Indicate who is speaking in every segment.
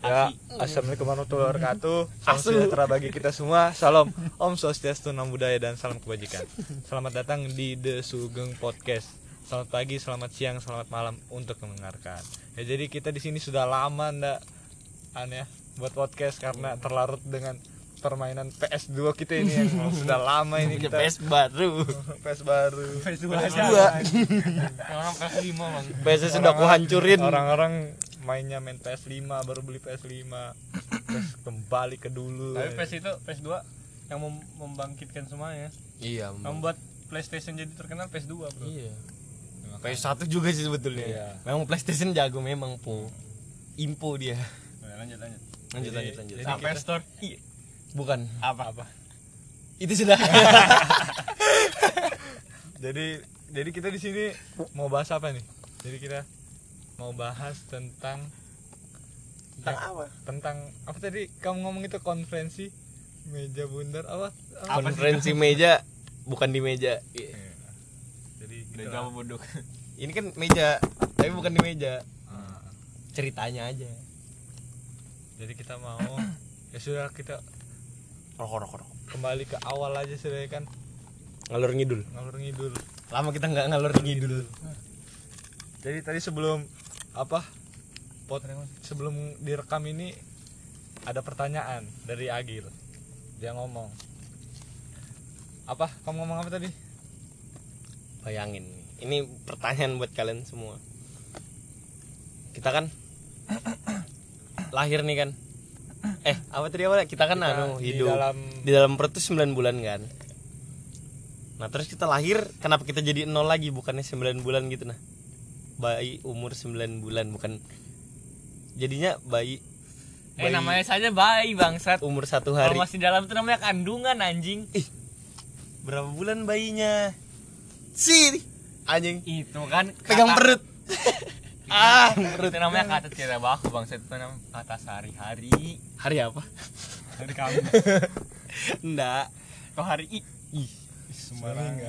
Speaker 1: Ya, assalamualaikum warahmatullahi wabarakatuh. Salam sejahtera bagi kita semua. Salam Om Swastiastu, Nam Budaya dan salam kebajikan. Selamat datang di The Sugeng Podcast. Selamat pagi, selamat siang, selamat malam untuk mendengarkan. Ya jadi kita di sini sudah lama ndak aneh buat podcast karena terlarut dengan permainan PS2 kita ini yang sudah lama ini kita
Speaker 2: Kita PS baru.
Speaker 1: PS baru.
Speaker 3: PS2
Speaker 2: Dua.
Speaker 3: Orang PS5 bang.
Speaker 2: PS sudah
Speaker 1: Orang-orang-
Speaker 2: kuhancurin.
Speaker 1: Orang-orang mainnya main PS5 baru beli PS5. Terus kembali ke dulu.
Speaker 3: Tapi PS itu PS2 yang mem- membangkitkan semuanya.
Speaker 2: Iya. Bang.
Speaker 3: Membuat PlayStation jadi terkenal PS2 bro.
Speaker 2: Iya. PS1 juga sih sebetulnya.
Speaker 1: Iya.
Speaker 2: Memang PlayStation jago memang po. Impo dia.
Speaker 3: Nah, lanjut lanjut.
Speaker 2: Lanjut
Speaker 1: Jadi-
Speaker 2: lanjut lanjut.
Speaker 1: jadi
Speaker 2: Apa?
Speaker 1: kita-
Speaker 3: Store
Speaker 2: Iya. Bukan.
Speaker 3: apa? apa?
Speaker 2: Itu sudah.
Speaker 1: Jadi jadi kita di sini mau bahas apa nih? Jadi kita mau bahas tentang tentang
Speaker 2: apa?
Speaker 1: Tentang apa tadi kamu ngomong itu konferensi meja bundar apa? apa?
Speaker 2: Konferensi meja bukan di meja. Iya.
Speaker 1: Iya. Jadi
Speaker 3: Udah
Speaker 1: gitu
Speaker 3: jauh
Speaker 1: lah.
Speaker 3: bodoh.
Speaker 2: Ini kan meja, tapi bukan di meja.
Speaker 1: Ah,
Speaker 2: Ceritanya aja.
Speaker 1: jadi kita mau ya sudah kita
Speaker 2: Rokok rokok rokok.
Speaker 1: kembali ke awal aja sudah ya kan
Speaker 2: Ngalur ngidul.
Speaker 1: ngalur ngidul.
Speaker 2: Lama kita nggak ngalur ngidul.
Speaker 1: Jadi tadi sebelum apa? Pot sebelum direkam ini ada pertanyaan dari Agil. Dia ngomong. Apa? Kamu ngomong apa tadi?
Speaker 2: Bayangin. Ini pertanyaan buat kalian semua. Kita kan lahir nih kan. Eh, apa tadi awalnya? Kita kan
Speaker 1: Kita
Speaker 2: anu
Speaker 1: di
Speaker 2: hidup
Speaker 1: dalam
Speaker 2: di dalam perut tuh 9 bulan kan nah terus kita lahir kenapa kita jadi nol lagi bukannya 9 bulan gitu nah bayi umur 9 bulan bukan jadinya bayi
Speaker 3: Eh
Speaker 2: Bayi.
Speaker 3: namanya saja bayi bangsat.
Speaker 2: umur satu
Speaker 3: Kalau
Speaker 2: hari
Speaker 3: masih dalam itu namanya kandungan anjing.
Speaker 2: berapa bulan bayinya sih anjing
Speaker 3: Itu kan
Speaker 2: pegang
Speaker 3: kata-
Speaker 2: perut ah
Speaker 3: Itu namanya kata tidak baku bangsat itu namanya kata sehari-hari.
Speaker 2: hari apa
Speaker 3: Dari kami.
Speaker 2: enggak
Speaker 3: Kau hari i.
Speaker 2: ih
Speaker 1: sembarangan.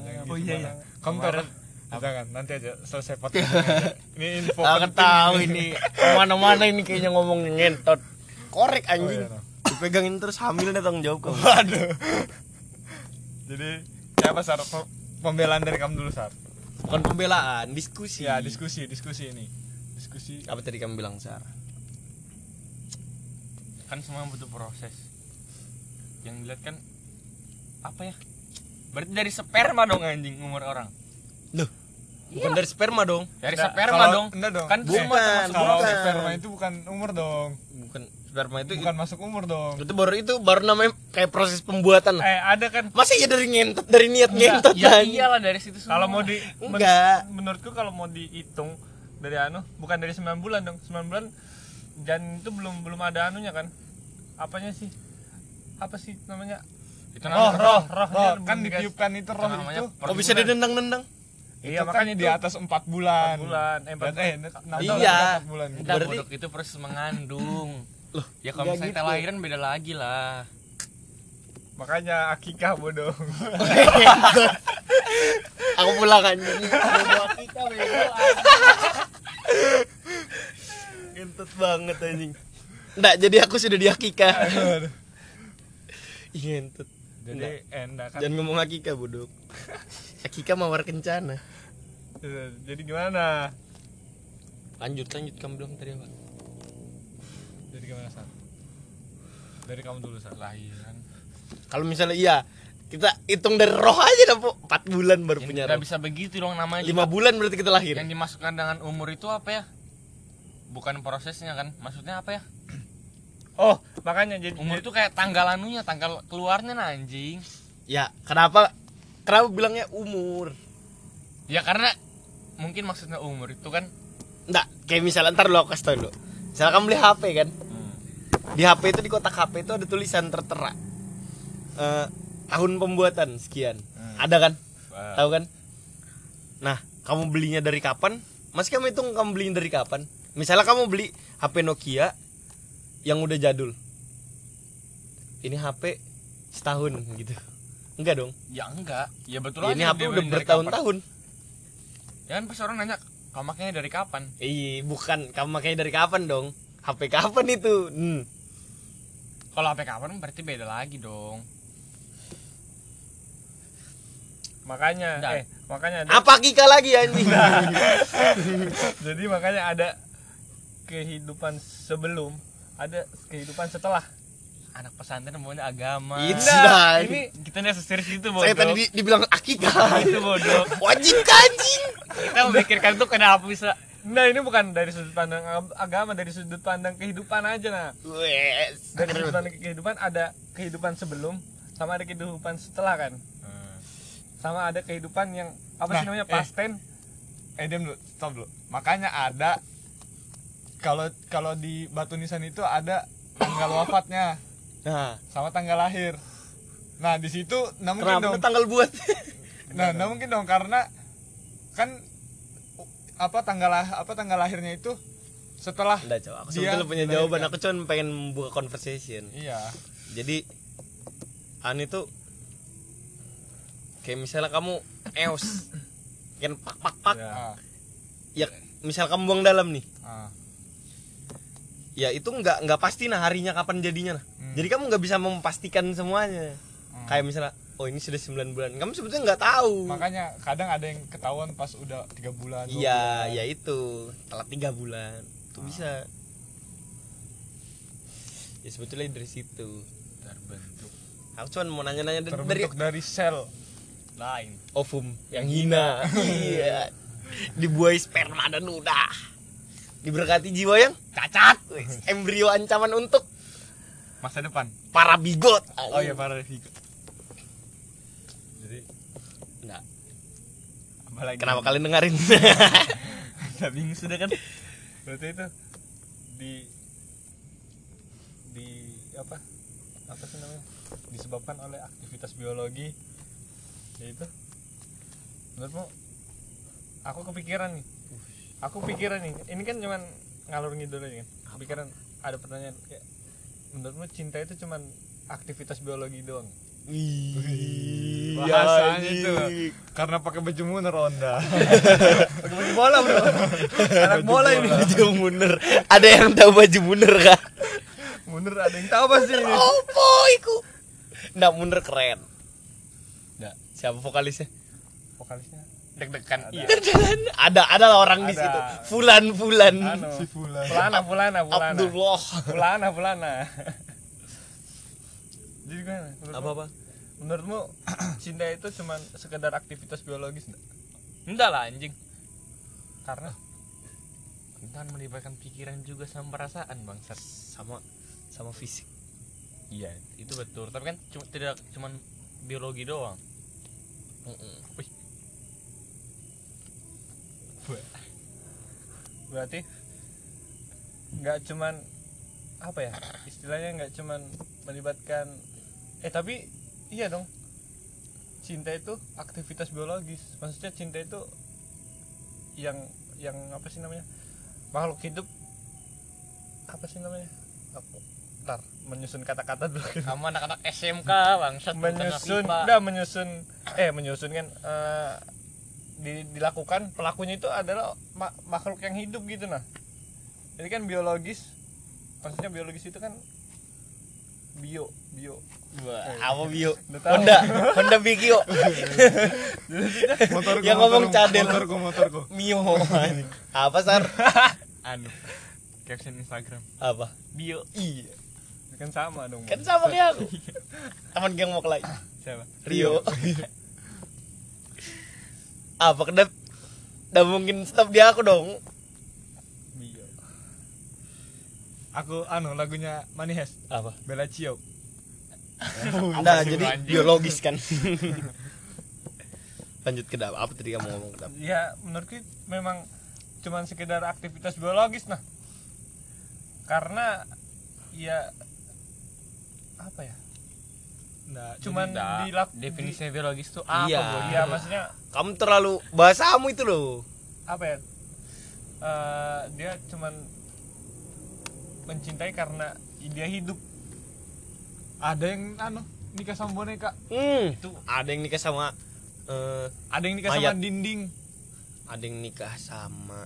Speaker 1: Jangan
Speaker 3: Oh
Speaker 1: gitu,
Speaker 3: iya, iya.
Speaker 1: Bang. Kamu tahu
Speaker 3: Kemarin-
Speaker 1: kan? Jangan, nanti aja selesai podcast. ini info kan.
Speaker 2: aku
Speaker 1: penting.
Speaker 2: tahu ini mana-mana ini kayaknya ngomong ngentot korek
Speaker 1: Oh, iya,
Speaker 2: anjing
Speaker 1: no.
Speaker 2: dipegangin terus hamil datang jawab kamu
Speaker 1: Waduh. Jadi siapa Sar? Pe- Pembelaan dari kamu dulu Sar.
Speaker 2: bukan pembelaan diskusi
Speaker 1: Ya, diskusi, diskusi ini. Diskusi
Speaker 2: apa tadi kamu bilang Sarah
Speaker 3: kan semua butuh proses yang dilihat kan apa ya berarti dari sperma dong anjing umur orang
Speaker 2: Loh, bukan dari sperma dong.
Speaker 3: dari
Speaker 1: Nggak,
Speaker 3: sperma
Speaker 1: kalau-
Speaker 3: dong
Speaker 1: enggak dong.
Speaker 3: kan
Speaker 2: Bukan.
Speaker 3: semua termasuk
Speaker 1: kalau
Speaker 2: bukan.
Speaker 1: sperma itu bukan umur dong.
Speaker 2: Bukan sperma itu
Speaker 1: Bukan masuk umur dong.
Speaker 2: itu baru itu baru namanya kayak proses pembuatan.
Speaker 3: eh ada kan
Speaker 2: Masih ya dari ngentot, dari niat ngentot
Speaker 3: ya
Speaker 2: kan.
Speaker 3: iyalah dari situ semua kalau mau di men-
Speaker 2: Enggak.
Speaker 3: menurutku kalau mau dihitung dari anu bukan dari 9 bulan dong 9 bulan dan itu belum belum ada anunya kan apanya sih apa sih
Speaker 4: Nah,
Speaker 3: namanya itu
Speaker 1: Roh, roh, roh, roh.
Speaker 3: rohnya
Speaker 1: Kan
Speaker 3: belum dikasih.
Speaker 1: ditiupkan itu roh
Speaker 3: namanya
Speaker 1: itu.
Speaker 3: per
Speaker 2: Oh bisa
Speaker 3: bulan.
Speaker 2: didendang-dendang.
Speaker 3: iya
Speaker 1: itu
Speaker 3: makanya
Speaker 1: kan
Speaker 3: di
Speaker 1: di atas 4 bulan.
Speaker 3: bulan eh, empat
Speaker 1: Dan- Eh, enam tahun
Speaker 2: Iya.
Speaker 1: atau empat bulan.
Speaker 3: Enggak,
Speaker 2: Berarti-
Speaker 3: bodoh, itu proses mengandung.
Speaker 2: Loh,
Speaker 3: ya kalau
Speaker 2: nggak
Speaker 3: misalnya kita
Speaker 2: gitu.
Speaker 3: lahiran beda lagi lah.
Speaker 1: Makanya akikah bodoh.
Speaker 2: Aku pulang anjing. Ngentot banget anjing. Enggak, jadi aku sudah di akikah. Ih, Ngentot.
Speaker 1: Jadi eh, enggak kan.
Speaker 2: Jangan ngomong akikah, bodoh. Akikah mawar kencana.
Speaker 1: Eh, Jadi gimana?
Speaker 2: Lanjut, lanjut kamu bilang tadi apa?
Speaker 1: Jadi gimana, Sar? Dari kamu dulu, Sar. iya kan.
Speaker 3: Lahiran.
Speaker 2: Kalau misalnya iya, kita hitung dari roh aja dah, Po. 4 bulan baru
Speaker 3: Yang
Speaker 2: punya
Speaker 3: nggak
Speaker 2: roh.
Speaker 3: bisa begitu dong namanya.
Speaker 2: 5 bulan berarti kita lahir.
Speaker 3: Yang dimasukkan dengan umur itu apa ya? Bukan prosesnya kan. Maksudnya apa ya?
Speaker 1: Oh, makanya jadi
Speaker 3: Umur itu kayak tanggal anunya, tanggal keluarnya nah, anjing.
Speaker 2: Ya, kenapa kenapa bilangnya umur?
Speaker 3: Ya karena mungkin maksudnya umur itu kan
Speaker 2: Enggak, kayak misalnya ntar lo kasih tau dulu. Misalnya kamu beli HP kan.
Speaker 3: Hmm.
Speaker 2: Di HP itu di kotak HP itu ada tulisan tertera. Eh, tahun pembuatan sekian.
Speaker 3: Hmm.
Speaker 2: Ada kan?
Speaker 3: Ah.
Speaker 2: Tahu kan? Nah, kamu belinya dari kapan? Masih kamu hitung kamu belinya dari kapan? Misalnya kamu beli HP Nokia yang udah jadul. Ini HP setahun gitu. Enggak dong.
Speaker 3: ya enggak. Ya betul
Speaker 2: ini
Speaker 3: aja
Speaker 2: HP
Speaker 3: dia
Speaker 2: udah
Speaker 3: beli dari kapan.
Speaker 2: bertahun-tahun.
Speaker 3: Ya kan pas orang nanya, kamu makanya dari kapan?
Speaker 2: Iya, bukan kamu makanya dari kapan dong? HP kapan itu? Hmm.
Speaker 4: Kalau HP kapan berarti beda lagi dong. Makanya,
Speaker 3: Nggak.
Speaker 4: eh, makanya ada,
Speaker 2: Apa Kika lagi anjing?
Speaker 4: jadi makanya ada kehidupan sebelum, ada kehidupan setelah.
Speaker 3: anak pesantren maunya agama
Speaker 2: It's
Speaker 4: Nah,
Speaker 2: not.
Speaker 4: ini
Speaker 3: kita nih seserius itu bodoh
Speaker 2: Saya tadi di- dibilang akikah.
Speaker 3: itu bodoh
Speaker 2: Wajib kan, anjing.
Speaker 3: kita memikirkan tuh kenapa bisa
Speaker 4: Nah ini bukan dari sudut pandang ag- agama, dari sudut pandang kehidupan aja nah.
Speaker 2: Wes.
Speaker 4: Dari sudut pandang kehidupan ada kehidupan sebelum, sama ada kehidupan setelah kan. Sama ada kehidupan yang apa sih
Speaker 1: Nah,
Speaker 4: namanya
Speaker 1: eh.
Speaker 4: past tense.
Speaker 1: eh diam dulu stop dulu makanya ada kalau kalau di batu nisan itu ada tanggal wafatnya
Speaker 2: Nah,
Speaker 1: sama tanggal lahir nah di situ nah mungkin
Speaker 2: kenapa
Speaker 1: dong
Speaker 2: tanggal buat?
Speaker 1: nah, nah mungkin dong karena kan u- apa tanggal lah- apa tanggal lahirnya itu setelah
Speaker 2: Enggak, coba. Aku
Speaker 1: Dia
Speaker 2: sebetulnya punya
Speaker 1: melahirkan.
Speaker 2: jawaban. Aku cuma pengen membuka conversation.
Speaker 1: iya
Speaker 2: Jadi Ani tuh kayak misalnya kamu eos kan pak pak pak
Speaker 1: ah,
Speaker 2: ya misal kamu buang dalam nih
Speaker 1: ah,
Speaker 2: ya itu nggak nggak pasti nah harinya kapan jadinya nah
Speaker 1: Hmm.
Speaker 2: jadi kamu nggak bisa memastikan semuanya
Speaker 1: Hmm.
Speaker 2: kayak misalnya oh ini sudah 9 bulan kamu sebetulnya nggak tahu
Speaker 1: makanya kadang ada yang ketahuan pas udah tiga bulan dua
Speaker 2: iya
Speaker 1: bulan.
Speaker 2: ya itu telat tiga bulan itu bisa ya sebetulnya dari situ
Speaker 3: terbentuk
Speaker 2: aku cuma mau nanya-nanya dari, dari
Speaker 1: terbentuk dari sel
Speaker 3: lain
Speaker 2: ovum yang hina iya dibuai sperma dan udah diberkati jiwa yang cacat wis. embrio ancaman untuk
Speaker 4: Masa depan.
Speaker 2: para bigot
Speaker 4: Oh iya para Rafika.
Speaker 1: jadi
Speaker 2: Nah,
Speaker 4: Apalagi
Speaker 2: kenapa kalian dengerin
Speaker 4: Udah bingung sudah kan? Berarti itu di di apa? Apa sih namanya? Disebabkan oleh aktivitas biologi yaitu menurutmu aku kepikiran nih. Aku pikiran nih. Ini kan cuman ngalur ngidul aja kan. Kepikiran ada pertanyaan kayak menurutmu cinta itu cuman aktivitas biologi doang?
Speaker 1: bahasanya itu karena pakai baju munir Onda
Speaker 4: Pakai baju bola, Bro. Anak bola ya? ini.
Speaker 2: baju munir ada yang tahu baju munir kah
Speaker 4: Mundur ada yang tahu pasti ini.
Speaker 2: opo iku nah munir keren
Speaker 4: Nggak.
Speaker 2: siapa vokalisnya
Speaker 4: Vokalisnya
Speaker 3: deg-degan iya
Speaker 2: ada ada lah orang di
Speaker 4: Ada.
Speaker 2: situ fulan fulan ya.
Speaker 4: anu
Speaker 1: si Fulan
Speaker 4: Fulana, Fulana, Fulana.
Speaker 2: Abdullah
Speaker 4: Fulana, Fulana. Jadi gimana? Menurutmu,
Speaker 2: apa apa
Speaker 4: Menurutmu cinta itu cuman sekedar aktivitas biologis nggak?
Speaker 3: enggak lah anjing
Speaker 4: Karena
Speaker 3: kita kan melibatkan pikiran juga sama perasaan bangsat
Speaker 2: sama sama fisik
Speaker 3: iya itu betul tapi kan cuma tidak cuman biologi doang Wih,
Speaker 4: berarti nggak cuman apa ya? Istilahnya nggak cuman melibatkan eh tapi iya dong. Cinta itu aktivitas biologis. Maksudnya cinta itu yang yang apa sih namanya? makhluk hidup apa sih namanya? Aku ntar menyusun kata-kata dulu.
Speaker 3: kamu anak-anak SMK bangsat bukan anak
Speaker 4: menyusun
Speaker 3: IPA.
Speaker 4: enggak menyusun eh menyusun kan eh, di- dilakukan pelakunya itu adalah ma- makhluk yang hidup gitu nah jadi kan biologis maksudnya biologis itu kan bio bio
Speaker 2: Wah, apa bio
Speaker 4: Udah tahu.
Speaker 2: Honda Honda Bigio
Speaker 1: Eh, motorku
Speaker 2: Yang ngomong
Speaker 1: motorku,
Speaker 2: cadel.
Speaker 1: motorku motorku
Speaker 2: Mio apa sar
Speaker 4: anu caption Instagram
Speaker 2: apa
Speaker 4: bio iya kan sama dong
Speaker 2: kan sama kayak aku teman geng mau kelai
Speaker 4: siapa
Speaker 2: Rio apa kedap udah mungkin stop di aku dong
Speaker 4: bio
Speaker 1: aku anu lagunya Manihes
Speaker 2: apa
Speaker 1: Bella Cio
Speaker 2: nah
Speaker 3: sih,
Speaker 2: jadi
Speaker 3: anjing?
Speaker 2: biologis kan lanjut kedap apa tadi kamu ngomong kedap
Speaker 4: ya menurutku memang cuman sekedar aktivitas biologis nah karena ya apa ya
Speaker 1: nah
Speaker 4: cuman
Speaker 3: Nggak.
Speaker 4: dilak-
Speaker 3: definisinya Iya. biologis tuh apa
Speaker 2: Iya.
Speaker 3: bodoh?
Speaker 4: ya maksudnya
Speaker 2: kamu terlalu bahasamu itu loh
Speaker 4: apa ya eh, dia cuman mencintai karena dia hidup
Speaker 1: ada yang anu nikah sama boneka
Speaker 2: hmm ada yang nikah sama eh,
Speaker 1: ada yang nikah
Speaker 4: Oh,
Speaker 2: Mayat.
Speaker 4: iya.
Speaker 1: sama dinding
Speaker 2: ada yang nikah sama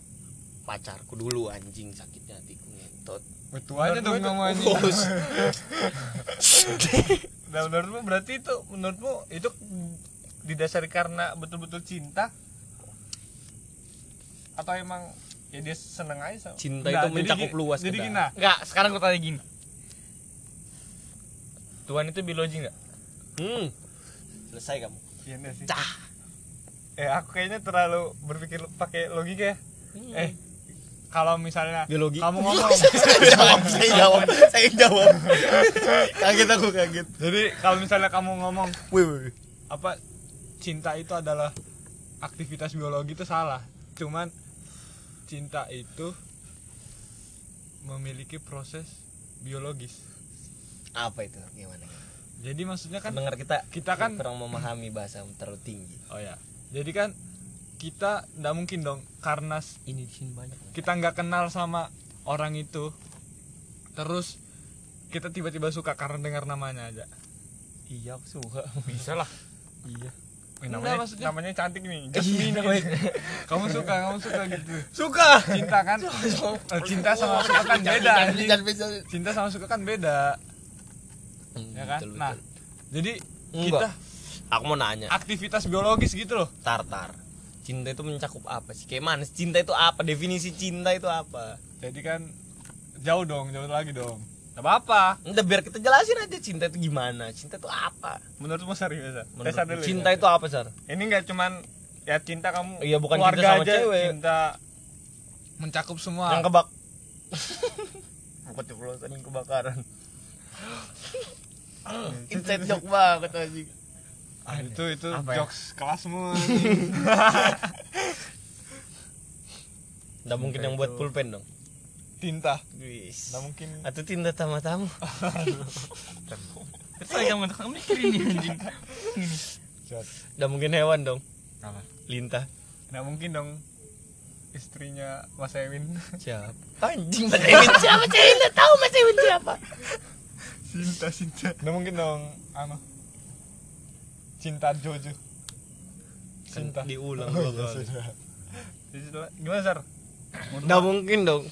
Speaker 2: pacarku dulu anjing sakitnya hatiku ngentot
Speaker 4: Betuanya dong ngomongin. Nah, menurutmu berarti itu menurutmu itu didasari karena betul-betul cinta atau emang ya dia seneng aja sama-
Speaker 2: Cinta
Speaker 4: Nah,
Speaker 2: itu
Speaker 4: jadi
Speaker 2: mencakup
Speaker 4: gi-
Speaker 2: luas,
Speaker 4: Jadi
Speaker 2: Kedah.
Speaker 4: gini nah,
Speaker 3: Enggak, sekarang gue tanya gini. Tuhan itu biologi enggak?
Speaker 2: Hmm. Selesai kamu.
Speaker 4: iya enggak sih? Eh aku kayaknya terlalu berpikir pakai logika ya. Eh kalau misalnya
Speaker 2: Biologi.
Speaker 4: kamu ngomong
Speaker 2: saya jawab, saya jawab, saya jawab. kaget aku kaget.
Speaker 4: jadi kalau misalnya kamu ngomong
Speaker 2: Wih, wih, wih.
Speaker 4: apa cinta itu adalah aktivitas biologi itu salah cuman cinta itu memiliki proses biologis
Speaker 2: Apa itu? Gimana?
Speaker 4: jadi maksudnya
Speaker 2: Kan
Speaker 4: kan
Speaker 2: dengar kita
Speaker 4: kita kan
Speaker 2: kurang memahami bahasa terlalu tinggi.
Speaker 4: oh ya jadi kan kita nggak mungkin dong karena s-
Speaker 2: Ini di sini banyak.
Speaker 4: kita nggak kenal sama orang itu terus kita tiba-tiba suka karena dengar namanya aja
Speaker 2: Iya, aku suka.
Speaker 3: Bisa lah.
Speaker 2: Iya.
Speaker 4: namanya-
Speaker 3: namanya cantik nih.
Speaker 2: Iya,
Speaker 4: kamu suka kamu suka gitu
Speaker 2: suka.
Speaker 4: cinta kan Eh, cinta sama suka kan beda anjing.
Speaker 2: Jangan bisa.
Speaker 4: cinta sama suka kan beda ya kan nah jadi
Speaker 2: Hmm, Enggak.
Speaker 4: kita
Speaker 2: Aku mau nanya.
Speaker 4: aktivitas biologis gitu loh
Speaker 2: Tartar. Cinta itu mencakup apa sih? Kayak mana? sih? Cinta itu apa? Definisi cinta itu apa?
Speaker 4: jadi kan jauh dong jauh lagi dong gak apa apa
Speaker 2: Udah biar kita jelasin aja cinta itu gimana? Cinta itu apa?
Speaker 4: menurutmu serius ya
Speaker 2: Menurut-
Speaker 4: Tessa dulu
Speaker 2: cinta
Speaker 4: ya.
Speaker 2: itu apa, Sar?
Speaker 4: ini nggak cuman ya cinta kamu
Speaker 2: Iya, bukan cinta
Speaker 4: keluarga
Speaker 2: sama
Speaker 4: aja
Speaker 2: cewek.
Speaker 4: cinta mencakup semua
Speaker 2: Yang kebak. Aku ceplosan yang kebakaran. Inside joke banget anjing.
Speaker 4: Ah, itu itu
Speaker 3: Apa ya?
Speaker 4: jokes kelasmu
Speaker 2: Nggak mungkin yang buat pulpen dong.
Speaker 4: cinta
Speaker 2: Wis.
Speaker 4: nggak mungkin
Speaker 2: Atau tinta sama tamu.
Speaker 3: Saya yang mentok mikir ini anjing.
Speaker 2: Nggak mungkin hewan dong.
Speaker 4: Apa?
Speaker 2: Lintah.
Speaker 4: nggak mungkin dong istrinya Mas Ewin
Speaker 2: Siapa? Anjing Mas Ewin siapa? Mas Ewin nggak tahu Mas Ewin siapa.
Speaker 4: cinta cinta nggak mungkin dong anu cinta Jojo cinta
Speaker 2: Diulang dua kali.
Speaker 4: Jadi setelah- gimana sar
Speaker 2: Nggak mungkin dong.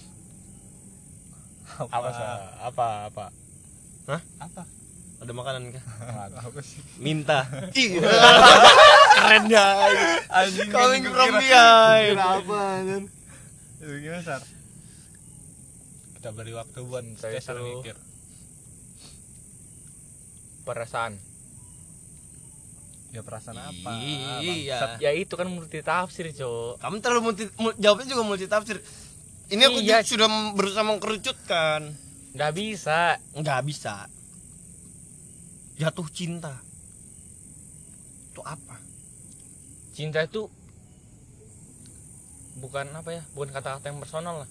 Speaker 1: apa
Speaker 4: Ah,
Speaker 1: apa apa
Speaker 2: Ada makanan kah?
Speaker 4: apa sih
Speaker 2: Minta. Ih. Keren ya.
Speaker 4: anjing
Speaker 2: Calling
Speaker 4: gua
Speaker 2: from
Speaker 4: kira-
Speaker 2: behind. Apa anjing?
Speaker 4: Lu gimana sar
Speaker 1: kita beri waktu buat
Speaker 3: Saya
Speaker 1: Cesar
Speaker 3: suruh-
Speaker 1: mikir
Speaker 3: Perasaan.
Speaker 4: ya perasaan apa
Speaker 2: Iya.
Speaker 3: Sat- Ya itu kan menurut tafsir, Cok.
Speaker 2: Kamu terlalu multi, mul- jawabnya juga multi tafsir. Ini aku
Speaker 3: Iya.
Speaker 2: ju- sudah m- berusaha mengkerucutkan.
Speaker 3: Enggak bisa.
Speaker 2: Nggak bisa. Jatuh cinta. Itu apa?
Speaker 3: Cinta itu bukan apa ya? Bukan kata-kata yang personal lah.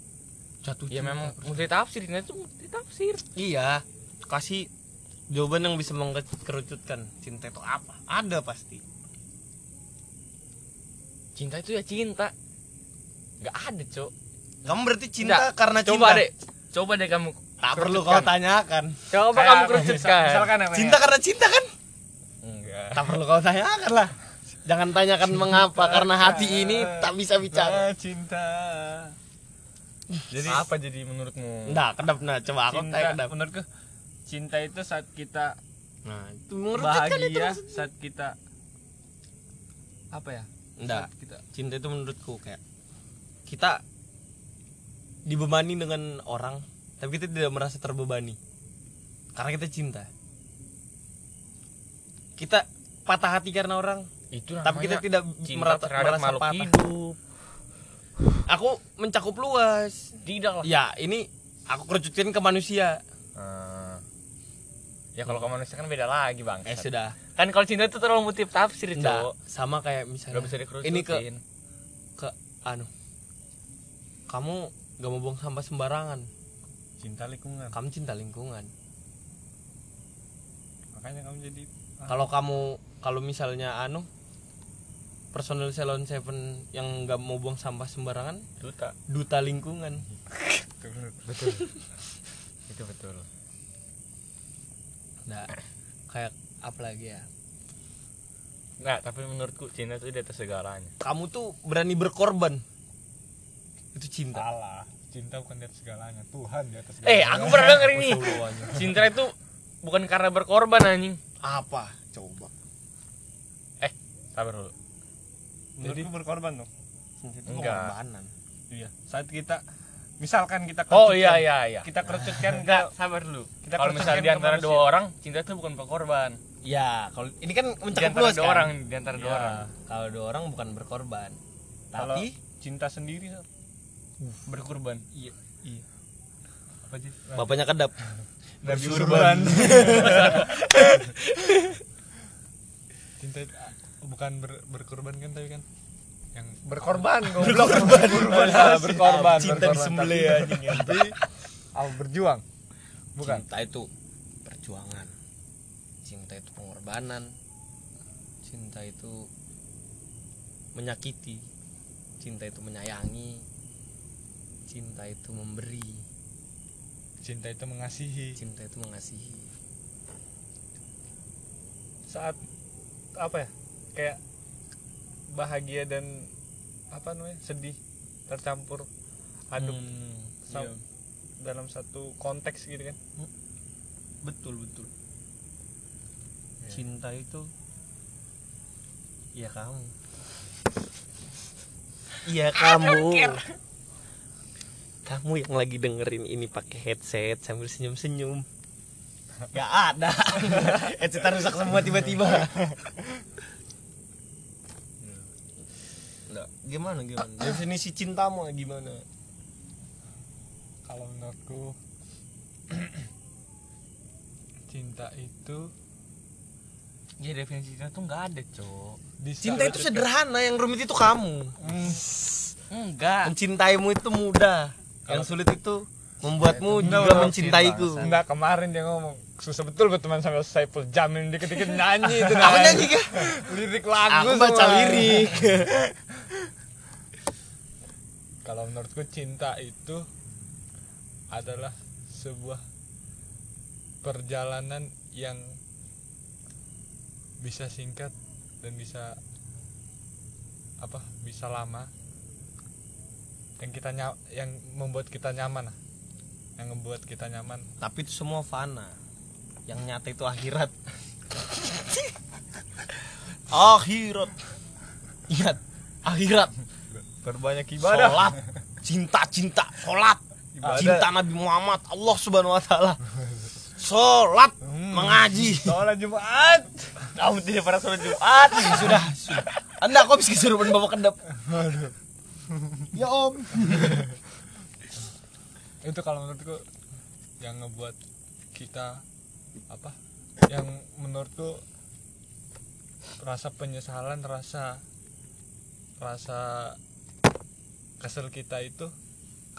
Speaker 2: Jatuh
Speaker 3: Ya
Speaker 2: cinta.
Speaker 3: memang multi tafsir, cinta itu multi tafsir.
Speaker 2: Iya. Kasih jawaban yang bisa mengkerucutkan cinta itu apa? Ada pasti.
Speaker 3: Cinta itu ya cinta. Enggak ada, Cok.
Speaker 2: Kamu berarti cinta karena cinta.
Speaker 3: Coba deh. Coba deh kamu.
Speaker 2: Tak perlu kau
Speaker 3: kerucutkan. Oh, iya.
Speaker 2: tanyakan.
Speaker 3: Coba
Speaker 4: Kayak
Speaker 3: kamu
Speaker 4: apa?
Speaker 3: kerucutkan.
Speaker 4: misalkan apa ya?
Speaker 2: Cinta karena cinta kan?
Speaker 3: Enggak.
Speaker 2: Tak perlu kau tanyakan lah. Jangan tanyakan mengapa karena hati ini tak bisa bicara.
Speaker 4: Ah, cinta
Speaker 3: Jadi apa jadi menurutmu?
Speaker 2: Nah, kedap nah coba aku
Speaker 4: cinta
Speaker 2: tanya kedap.
Speaker 4: menurutku cinta itu saat kita
Speaker 2: Nah, itu
Speaker 4: bahagia saat kita apa ya
Speaker 2: Enggak,
Speaker 4: Saat kita
Speaker 2: cinta itu menurutku kayak kita dibebani dengan orang, tapi kita tidak merasa terbebani. Karena kita cinta. Kita patah hati karena orang,
Speaker 3: Itu namanya
Speaker 2: tapi kita tidak
Speaker 3: Nah, cinta
Speaker 2: merata-
Speaker 3: terhadap
Speaker 2: merasa
Speaker 3: makhluk
Speaker 2: patah.
Speaker 3: hidup.
Speaker 2: Aku mencakup luas.
Speaker 3: Tidak lah.
Speaker 2: Ya, ini aku kerucutin ke manusia.
Speaker 3: Ah. Ya kalau ke manusia kan beda lagi, Bang.
Speaker 2: Eh sudah.
Speaker 3: Kan kalau cinta itu terlalu motif tafsir,
Speaker 2: Enggak,
Speaker 3: Cok.
Speaker 2: sama kayak misalnya.
Speaker 3: Enggak bisa dikerucutin.
Speaker 2: Ini ke ke anu. Kamu gak mau buang sampah sembarangan.
Speaker 4: cinta lingkungan
Speaker 2: Kamu cinta lingkungan.
Speaker 4: makanya kamu jadi
Speaker 2: kalau kamu kalau misalnya anu personal salon seven yang nggak mau buang sampah sembarangan
Speaker 3: duta.
Speaker 2: duta lingkungan
Speaker 3: Betul. itu betul.
Speaker 2: nah kayak apa lagi ya
Speaker 3: Nah, tapi menurutku cinta itu di atas segalanya.
Speaker 2: kamu tuh berani berkorban itu cinta
Speaker 4: salah
Speaker 1: cinta bukan di atas segalanya Tuhan di atas
Speaker 3: Eh,
Speaker 1: segalanya
Speaker 3: aku pernah denger ini. Cinta itu bukan karena berkorban anjing.
Speaker 2: Apa? Coba.
Speaker 3: Sabar dulu.
Speaker 4: Menurutku berkorban dong.
Speaker 2: Itu
Speaker 3: Enggak.
Speaker 2: pengorbanan.
Speaker 4: Iya. Saat kita misalkan kita
Speaker 3: Oh
Speaker 4: kerucutkan-
Speaker 3: iya iya iya.
Speaker 4: Kita kerucutkan ke
Speaker 3: Enggak, sabar dulu. kan
Speaker 4: Kita
Speaker 3: Kalau
Speaker 4: kerucutkan
Speaker 3: misalnya
Speaker 4: ke
Speaker 3: di antara
Speaker 4: manusia.
Speaker 3: dua orang, cinta itu bukan berkorban.
Speaker 2: Ya, kalau ini kan
Speaker 3: Di
Speaker 2: mencakup
Speaker 3: antara
Speaker 2: luas
Speaker 3: dua
Speaker 2: kan?
Speaker 3: orang, di antara dua
Speaker 2: Ya,
Speaker 3: orang.
Speaker 2: Kalau dua orang bukan berkorban.
Speaker 4: Kalau
Speaker 2: Tapi
Speaker 4: cinta sendiri Sal.
Speaker 3: Berkorban.
Speaker 2: Iya.
Speaker 4: Iya.
Speaker 3: Apa sih?
Speaker 2: bapaknya kedap.
Speaker 4: Nabi
Speaker 2: Urban.
Speaker 1: cinta itu- bukan ber- berkorban kan tapi kan yang Ah,
Speaker 4: Berkorban goblok. Berkorban. Salah, Berkorban.
Speaker 2: Cinta
Speaker 4: berkorban.
Speaker 2: disembelih
Speaker 4: Tapi-
Speaker 2: anjing.
Speaker 4: Tapi apa ya. berjuang? Bukan.
Speaker 2: Cinta itu perjuangan. Cinta itu pengorbanan. Cinta itu menyakiti. Cinta itu menyayangi. Cinta itu memberi.
Speaker 1: cinta itu mengasihi
Speaker 2: Cinta itu mengasihi.
Speaker 4: Saat apa ya? Kayak bahagia dan apa namanya? sedih tercampur aduk
Speaker 3: Hmm,
Speaker 4: sam-
Speaker 3: iya.
Speaker 4: dalam satu konteks gitu kan.
Speaker 2: Betul, betul. Cinta itu ya kamu. Iya kamu. Kamu yang lagi dengerin ini pakai headset sambil senyum-senyum. Gak Ya ada. headset rusak semua tiba-tiba. Nggak, gimana gimana? Definisi cintamu gimana?
Speaker 1: kalau menurutku cinta itu
Speaker 3: Ya definisi cinta tuh enggak ada, Cok.
Speaker 1: di saat-
Speaker 2: Cinta itu sederhana, yang rumit itu kamu. Ah.
Speaker 3: Enggak.
Speaker 2: Mencintaimu itu mudah. Yang sulit itu membuatmu juga mencintaiku.
Speaker 4: Enggak kemarin dia ngomong susah betul berteman sama Saiful Jamil dikit-dikit nyanyi itu
Speaker 2: Aku nyanyi kah?
Speaker 4: lirik lagu
Speaker 2: Aku baca
Speaker 4: semua.
Speaker 2: lirik.
Speaker 1: kalau menurutku cinta itu adalah sebuah perjalanan yang bisa singkat dan bisa apa bisa lama yang kita nya- yang membuat kita nyaman lah. yang membuat kita nyaman
Speaker 2: Tapi itu semua fana. Yang nyata itu akhirat. akhirat. Ingat, akhirat.
Speaker 4: Perbanyak ibadah.
Speaker 2: Salat, cinta-cinta, salat.
Speaker 4: Ibadah.
Speaker 2: Cinta Nabi Muhammad, Allah Subhanahu wa taala. Salat, mengaji.
Speaker 4: Hmm. Sholat Jumat.
Speaker 2: Kamu tidak pernah sholat Jumat. sudah, sudah. Anda kok bisa kesurupan bapak kedap? Ya om.
Speaker 1: itu kalau menurutku yang ngebuat kita apa yang menurutku rasa penyesalan rasa rasa kesel kita itu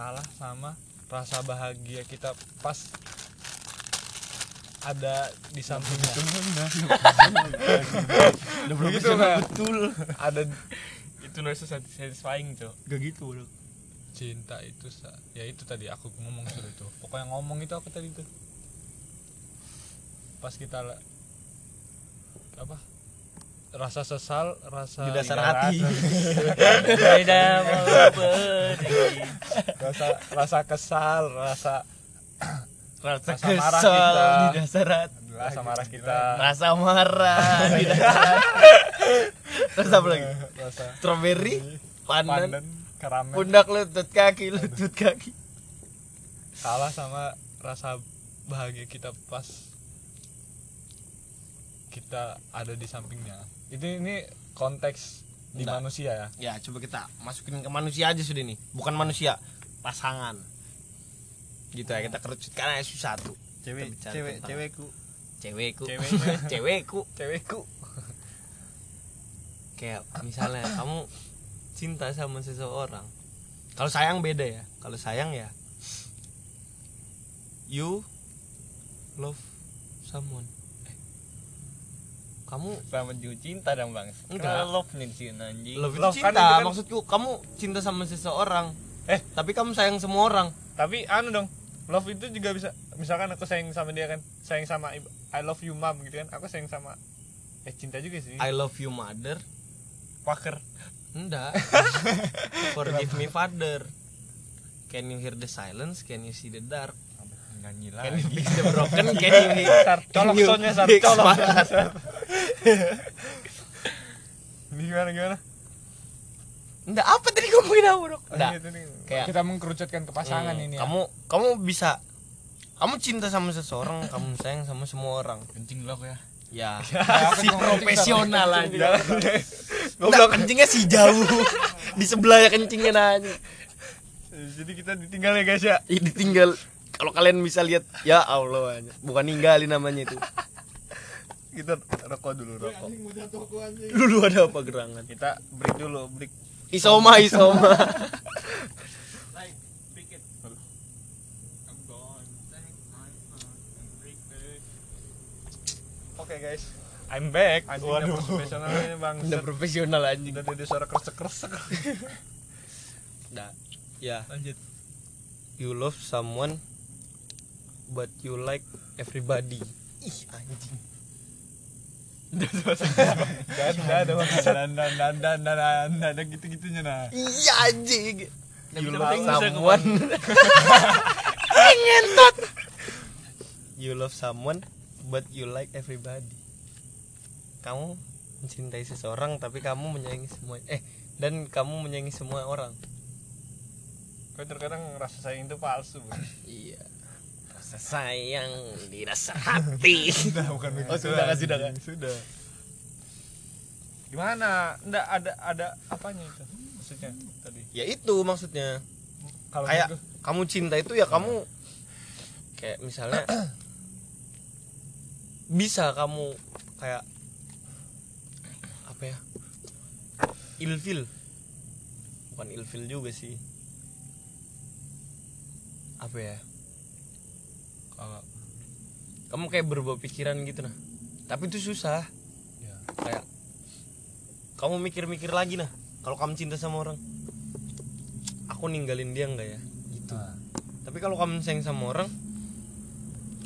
Speaker 1: kalah sama rasa bahagia kita pas ada di sampingnya Gitu,
Speaker 2: Udah
Speaker 4: belum bisa nggak?
Speaker 2: betul.
Speaker 4: Ada
Speaker 3: Itu no satisfying, Cok.
Speaker 2: Gak gitu bro.
Speaker 1: cinta itu sa- ya itu tadi aku ngomong sudah itu pokoknya ngomong itu aku tadi itu pas kita la- apa rasa sesal rasa
Speaker 2: Di
Speaker 4: Oh,
Speaker 2: dasar
Speaker 4: iya.
Speaker 2: hati.
Speaker 3: Beda memberi.
Speaker 1: rasa rasa kesal rasa
Speaker 3: Rasa
Speaker 1: Rasa marah
Speaker 2: Kesel
Speaker 1: kita.
Speaker 2: di dasar hati.
Speaker 1: rasa marah kita
Speaker 2: Rasa marah di dasar hati. Terus apa lagi?
Speaker 1: rasa
Speaker 2: Strawberry, pandan,
Speaker 1: pandan keramen
Speaker 2: pundak lutut kaki, lutut kaki.
Speaker 1: kalah sama rasa bahagia kita pas kita ada di sampingnya itu ini konteks di
Speaker 2: Nggak.
Speaker 3: Nah.
Speaker 1: manusia ya
Speaker 2: Ya coba kita masukin ke manusia aja sudah nih. Bukan manusia, pasangan. Gitu ya kita kerucutkan aja susah tuh. Kita
Speaker 4: cewek
Speaker 2: bicara
Speaker 4: cewek
Speaker 2: tentang-
Speaker 4: cewekku
Speaker 2: cewekku
Speaker 4: Cewek.
Speaker 2: cewekku
Speaker 4: cewekku
Speaker 2: kayak misalnya kamu cinta sama seseorang kalau sayang beda ya kalau sayang ya you love someone Eh, kamu
Speaker 3: sama juga cinta dong, Bang.
Speaker 2: Enggak.
Speaker 3: Enggak love nih di sini anjing.
Speaker 2: love, itu
Speaker 4: Love kan
Speaker 2: cinta
Speaker 4: itu kan-
Speaker 2: maksudku kamu cinta sama seseorang
Speaker 4: Eh.
Speaker 2: tapi kamu sayang semua orang
Speaker 4: tapi anu dong love itu juga bisa misalkan aku sayang sama dia kan sayang sama ibu- I love you mom gitu kan aku sayang sama eh cinta juga sih
Speaker 2: I love you mother
Speaker 4: Paker
Speaker 2: enggak forgive me father
Speaker 3: Can you hear the silence? Can you see the dark? Nyanyi
Speaker 2: Can
Speaker 3: lagi.
Speaker 2: you fix the broken? Can you fix
Speaker 4: colok
Speaker 2: you
Speaker 4: soundnya sar
Speaker 2: fix
Speaker 4: colok
Speaker 2: my-
Speaker 4: Ini gimana gimana
Speaker 2: Nggak, apa tadi ngomongin apa dok?
Speaker 4: Oh,
Speaker 2: Nggak,
Speaker 4: iya, tadi.
Speaker 2: kayak
Speaker 5: Kita mengkerucutkan ke pasangan
Speaker 3: Hmm,
Speaker 5: ini. ya.
Speaker 2: kamu kamu bisa kamu cinta sama seseorang, kamu sayang sama semua orang.
Speaker 3: Kencing dulu aku ya.
Speaker 2: Ya,
Speaker 5: apa
Speaker 2: si
Speaker 5: yang ngomongin,
Speaker 2: profesional aja. Goblok kencingnya si jauh. Di sebelah ya kencingnya nanya.
Speaker 4: jadi kita ditinggal ya guys ya
Speaker 2: Ih, ditinggal kalau kalian bisa lihat ya Allah aja. bukan ninggalin namanya itu
Speaker 4: kita rokok dulu rokok
Speaker 2: lu lu ada apa gerangan
Speaker 4: kita break dulu break
Speaker 2: isoma isoma
Speaker 4: oke guys
Speaker 1: I'm back.
Speaker 4: anjing udah
Speaker 1: Waduh.
Speaker 4: profesionalnya bang
Speaker 2: udah profesional anjing
Speaker 4: udah ada suara kresek kresek
Speaker 2: nah ya
Speaker 3: Lanjut.
Speaker 2: you love someone but you like everybody ih anjing
Speaker 4: dan dan dan dan dan dan dan dan dan gitu gitunya nah
Speaker 2: iya anjing
Speaker 3: Tapi
Speaker 2: you
Speaker 3: kita
Speaker 2: love
Speaker 3: penting bisa
Speaker 2: someone Eh, ngentot you love someone but you like everybody kamu mencintai seseorang tapi kamu menyayangi semua eh dan kamu menyayangi semua orang
Speaker 4: kau terkadang ngerasa sayang itu palsu bro.
Speaker 2: iya rasa sayang di rasa hati
Speaker 4: Nah, bukan begitu.
Speaker 2: Oh, sudah,
Speaker 4: anjing.
Speaker 2: sudah, kan?
Speaker 4: Sudah. Gimana? Enggak ada ada apanya itu? Maksudnya tadi.
Speaker 2: ya itu maksudnya
Speaker 4: Kalau gitu.
Speaker 2: kayak
Speaker 4: menurut
Speaker 2: kamu cinta itu ya kamu kayak misalnya bisa kamu kayak apa ya ilfil bukan ilfil juga sih apa ya Kalau kamu kayak berubah pikiran gitu nah tapi itu susah
Speaker 4: Ya.
Speaker 2: kayak kamu mikir-mikir lagi nah kalau kamu cinta sama orang aku ninggalin dia nggak ya gitu
Speaker 4: Ah.
Speaker 2: tapi kalau kamu sayang sama orang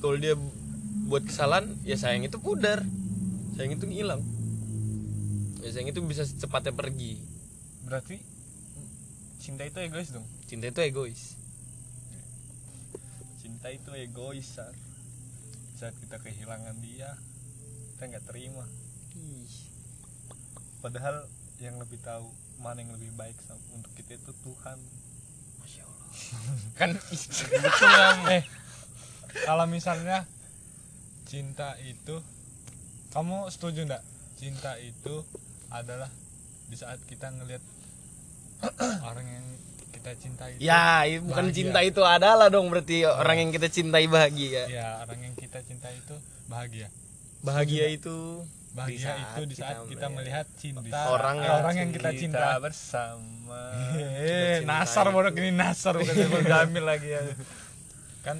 Speaker 2: kalau dia buat kesalahan ya sayang itu pudar sayang itu hilang ya sayang itu bisa secepatnya pergi
Speaker 4: gue, berarti cinta itu egois dong.
Speaker 2: cinta itu egois
Speaker 4: Cinta itu egois, Sar. Saat kita kehilangan dia, kita nggak terima. Padahal yang lebih tahu mana yang lebih baik sam- untuk kita itu Tuhan.
Speaker 2: kan
Speaker 4: Itu yang eh kalau misalnya cinta itu kamu setuju ndak cinta itu adalah di saat kita ngelihat orang yang kita cintai itu
Speaker 2: ya i- bukan
Speaker 4: Bahagia.
Speaker 2: cinta itu adalah dong berarti orang yang kita cintai bahagia
Speaker 4: ya orang yang kita cintai itu bahagia
Speaker 2: bahagia Iya. itu Di
Speaker 4: bahagia
Speaker 2: saat
Speaker 4: itu di saat
Speaker 2: kita
Speaker 4: kita melihat cinta
Speaker 2: Orang
Speaker 4: eh,
Speaker 2: yang
Speaker 4: orang yang kita cinta
Speaker 3: bersama.
Speaker 4: eh
Speaker 2: cintai
Speaker 4: nasar
Speaker 2: itu.
Speaker 4: bodoh ini nasar bukan Saiful Jamil lagi ya kan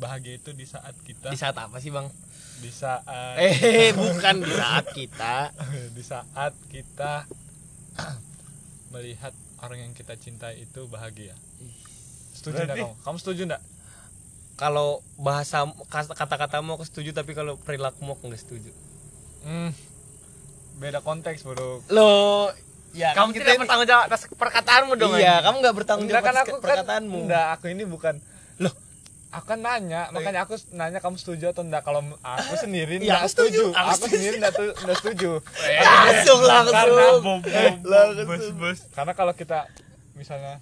Speaker 4: bahagia itu di saat kita
Speaker 2: di saat apa sih bang
Speaker 4: di saat
Speaker 2: eh bukan di saat kita
Speaker 4: di saat kita melihat orang yang kita cintai itu bahagia. Setuju enggak kamu? Kamu setuju enggak?
Speaker 2: kalau bahasa kata-katamu aku setuju tapi kalau perilakumu aku nggak setuju
Speaker 4: Hmm. Beda konteks, Bro.
Speaker 2: lo ya kan
Speaker 3: Kamu tidak
Speaker 2: ini-
Speaker 3: bertanggung jawab atas perkataanmu dong.
Speaker 2: iya
Speaker 3: anjing.
Speaker 2: kamu nggak bertanggung
Speaker 4: Enggak
Speaker 2: jawab
Speaker 4: kan
Speaker 2: atas
Speaker 4: aku kan
Speaker 2: perkataanmu
Speaker 4: enggak, aku ini bukan loh Aku kan nanya, makanya aku nanya kamu setuju atau enggak Kalau aku sendiri
Speaker 2: Iya,
Speaker 4: enggak
Speaker 2: aku setuju.
Speaker 4: setuju
Speaker 2: Aku
Speaker 4: Aku sendiri enggak tu- enggak setuju
Speaker 2: langsung
Speaker 4: Karena
Speaker 2: langsung
Speaker 4: bom,
Speaker 3: Eh.
Speaker 4: bom,
Speaker 2: langsung
Speaker 4: Karena kalau kita misalnya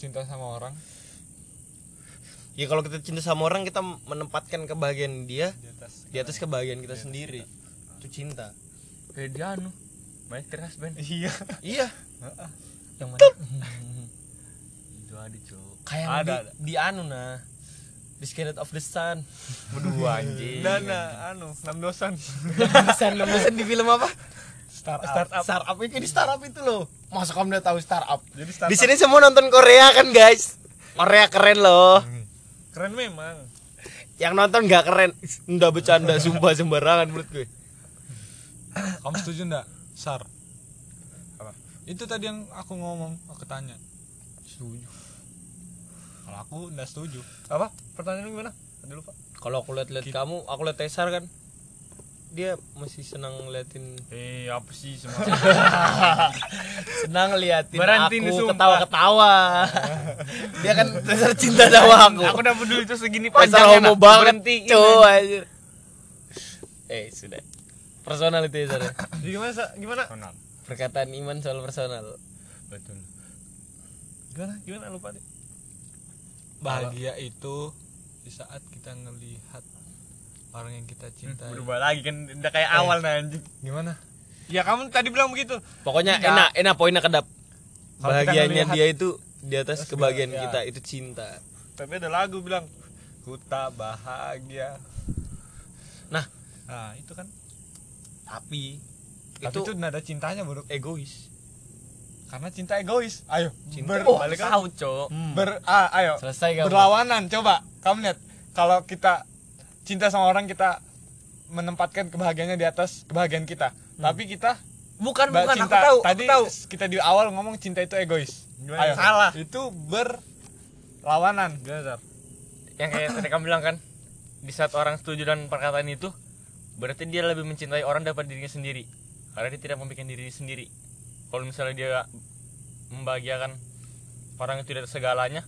Speaker 4: cinta sama orang
Speaker 2: ya kalau kita cinta sama orang kita menempatkan kebahagiaan dia
Speaker 4: di atas
Speaker 2: di atas kebahagiaan kita sendiri itu cinta
Speaker 3: Kayak dia anu. Main teras ben.
Speaker 4: Iya
Speaker 2: iya
Speaker 3: Yang mana? Itu ada, Cuk.
Speaker 2: kayak
Speaker 4: Ada,
Speaker 2: di,
Speaker 4: ada.
Speaker 2: di anu nah di Scarlet of the Sun Nah,
Speaker 3: Berdua anjing.
Speaker 4: Dana, anu, enam dosan
Speaker 2: Sun kamu sen di film apa
Speaker 4: Startup,
Speaker 2: startup itu di startup itu loh masa kamu udah tahu startup
Speaker 4: Jadi
Speaker 2: di
Speaker 4: startup
Speaker 2: sini semua nonton Korea kan guys Korea keren loh
Speaker 4: keren memang
Speaker 2: yang nonton nggak keren nggak bercanda sumpah sembarangan menurut gue
Speaker 5: Kamu setuju enggak? Sar. Itu tadi yang aku ngomong, aku tanya. Setuju. Kalau aku enggak setuju.
Speaker 4: apa pertanyaan lu gimana Tadi lupa
Speaker 2: Gitu. kalau aku lihat-lihat kamu aku lihat Tesar kan dia masih senang ngeliatin
Speaker 4: eh apa sih semua
Speaker 2: senang ngeliatin
Speaker 4: Berhenti nih,
Speaker 2: aku
Speaker 4: sumpah.
Speaker 2: ketawa-ketawa dia kan dasar cinta sama aku
Speaker 3: aku udah peduli terus segini
Speaker 2: dasar
Speaker 3: panjangnya
Speaker 2: homo
Speaker 3: nak.
Speaker 2: banget
Speaker 3: Berhentiin.
Speaker 2: cowok anjir eh sudah personal itu ya Sar.
Speaker 4: Jadi gimana Sa? gimana
Speaker 2: perkataan iman soal personal
Speaker 4: Oh, betul gimana gimana lupa deh
Speaker 1: bahagia itu di saat kita ngelihat orang yang kita cintai
Speaker 2: Hmm,
Speaker 4: berubah lagi kan udah kayak awal nah anjing
Speaker 1: gimana
Speaker 4: ya kamu tadi bilang begitu
Speaker 2: pokoknya enak enak poinnya kedap
Speaker 6: Kalau kita
Speaker 2: bahagianya
Speaker 6: ngelihat-
Speaker 2: dia itu di atas kebahagiaan
Speaker 6: ya.
Speaker 2: kita itu cinta
Speaker 4: tapi ada lagu bilang ku tak bahagia
Speaker 2: Nah.
Speaker 4: nah itu kan
Speaker 2: tapi
Speaker 1: tapi itu nada cintanya buruk
Speaker 2: egois
Speaker 4: karena cinta egois ayo
Speaker 2: Cinta.
Speaker 4: ber
Speaker 3: oh
Speaker 4: balik lagi.
Speaker 3: tahu cok
Speaker 4: ber ah, ayo
Speaker 2: selesai kamu
Speaker 4: berlawanan coba kamu lihat kalau kita cinta sama orang kita menempatkan kebahagiaannya di atas kebahagiaan kita tapi kita
Speaker 3: Hmm. bukan
Speaker 4: Mbak
Speaker 3: bukan
Speaker 4: cinta
Speaker 3: aku tahu
Speaker 4: tadi
Speaker 3: aku tahu
Speaker 4: kita di awal ngomong cinta itu egois Ayo.
Speaker 3: Salah.
Speaker 4: itu berlawanan
Speaker 3: yang kayak tadi kamu bilang kan di saat orang setuju dengan perkataan itu berarti dia lebih mencintai orang daripada dirinya sendiri karena dia tidak memikirkan diri sendiri kalau misalnya dia membahagiakan orang itu dari segalanya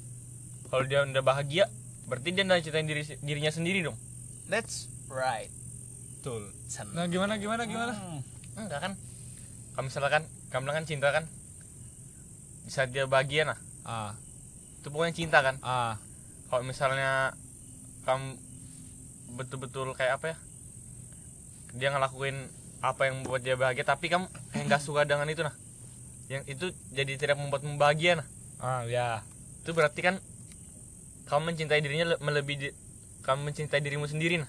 Speaker 3: kalau dia udah bahagia berarti dia udah cintain diri dirinya sendiri dong
Speaker 2: that's right
Speaker 4: betul
Speaker 2: Senang.
Speaker 1: nah gimana gimana gimana
Speaker 3: enggak kan kalau misalkan kamu bilang kan cinta kan di saat dia bahagia nah
Speaker 1: ah
Speaker 3: itu pokoknya cinta kan
Speaker 1: ah
Speaker 3: kalau misalnya kamu betul-betul kayak apa ya dia ngelakuin apa yang membuat dia bahagia tapi kamu kayak nggak suka dengan itu nah yang itu jadi tidak membuatmu bahagia nah
Speaker 1: ah ya
Speaker 3: itu berarti kan kamu mencintai dirinya le- melebihi di- kamu mencintai dirimu sendiri nah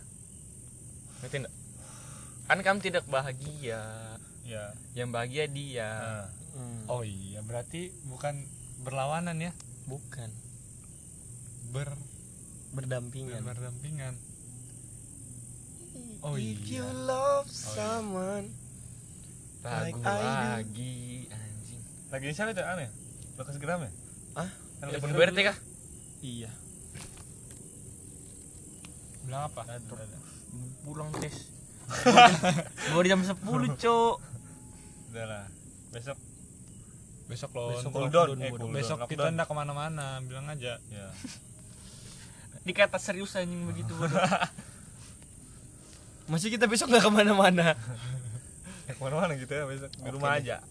Speaker 3: ngerti enggak kan kamu tidak bahagia
Speaker 4: ya Ah.
Speaker 3: yang bahagia
Speaker 2: Nah.
Speaker 3: dia
Speaker 2: Hmm.
Speaker 1: oh iya berarti bukan berlawanan ya
Speaker 2: bukan
Speaker 1: ber
Speaker 2: berdampingan
Speaker 1: berdampingan oh
Speaker 2: If you
Speaker 1: iya
Speaker 2: love someone
Speaker 3: ragu
Speaker 2: Like I do.
Speaker 3: lagi anjing
Speaker 4: lagi siapa itu aneh bekas geram ya
Speaker 2: Hah?
Speaker 4: Yang
Speaker 3: telepon
Speaker 4: bekas geram
Speaker 3: BRT kah
Speaker 2: Iya
Speaker 1: bilang apa
Speaker 3: pulang tes baru jam 10 cok
Speaker 4: dulu. udah lah besok
Speaker 1: besok lo
Speaker 4: Besok
Speaker 1: untuk-
Speaker 4: cooldown,
Speaker 1: besok,
Speaker 4: eh, cooldown,
Speaker 1: kita
Speaker 4: lockdown.
Speaker 1: ndak kemana-mana bilang aja
Speaker 4: ya
Speaker 3: dikata serius anjing begitu bodoh
Speaker 2: masih kita besok nggak kemana-mana
Speaker 4: ya kemana-mana gitu ya besok di rumah aja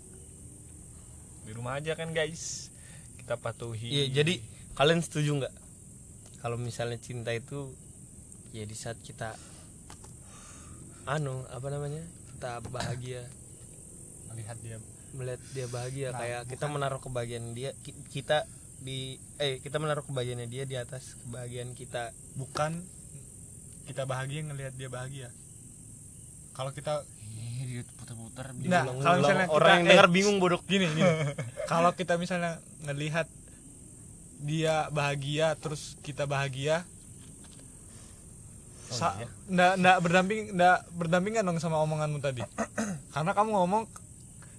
Speaker 4: di rumah aja kan guys kita patuhi
Speaker 2: iya jadi kalian setuju nggak kalau misalnya cinta itu ya di saat kita anu apa namanya kita bahagia
Speaker 4: melihat dia
Speaker 2: melihat dia bahagia kayak kita menaruh kebahagiaan dia ki- kita di eh kita menaruh kebahagiaannya dia di atas kebahagiaan kita
Speaker 1: bukan kita bahagia ngelihat dia bahagia kalau kita
Speaker 3: dia putar-putar
Speaker 1: nah
Speaker 2: Diulang-ulang.
Speaker 1: kalau misalnya
Speaker 2: orang
Speaker 1: kita-
Speaker 2: yang
Speaker 1: eh,
Speaker 2: dengar bingung bodoh
Speaker 1: gini gini kalau kita misalnya ngelihat dia bahagia terus kita bahagia
Speaker 4: Oh,
Speaker 1: sa-
Speaker 4: iya.
Speaker 1: ndak ndak berdamping ndak berdampingan dong sama omonganmu tadi karena kamu ngomong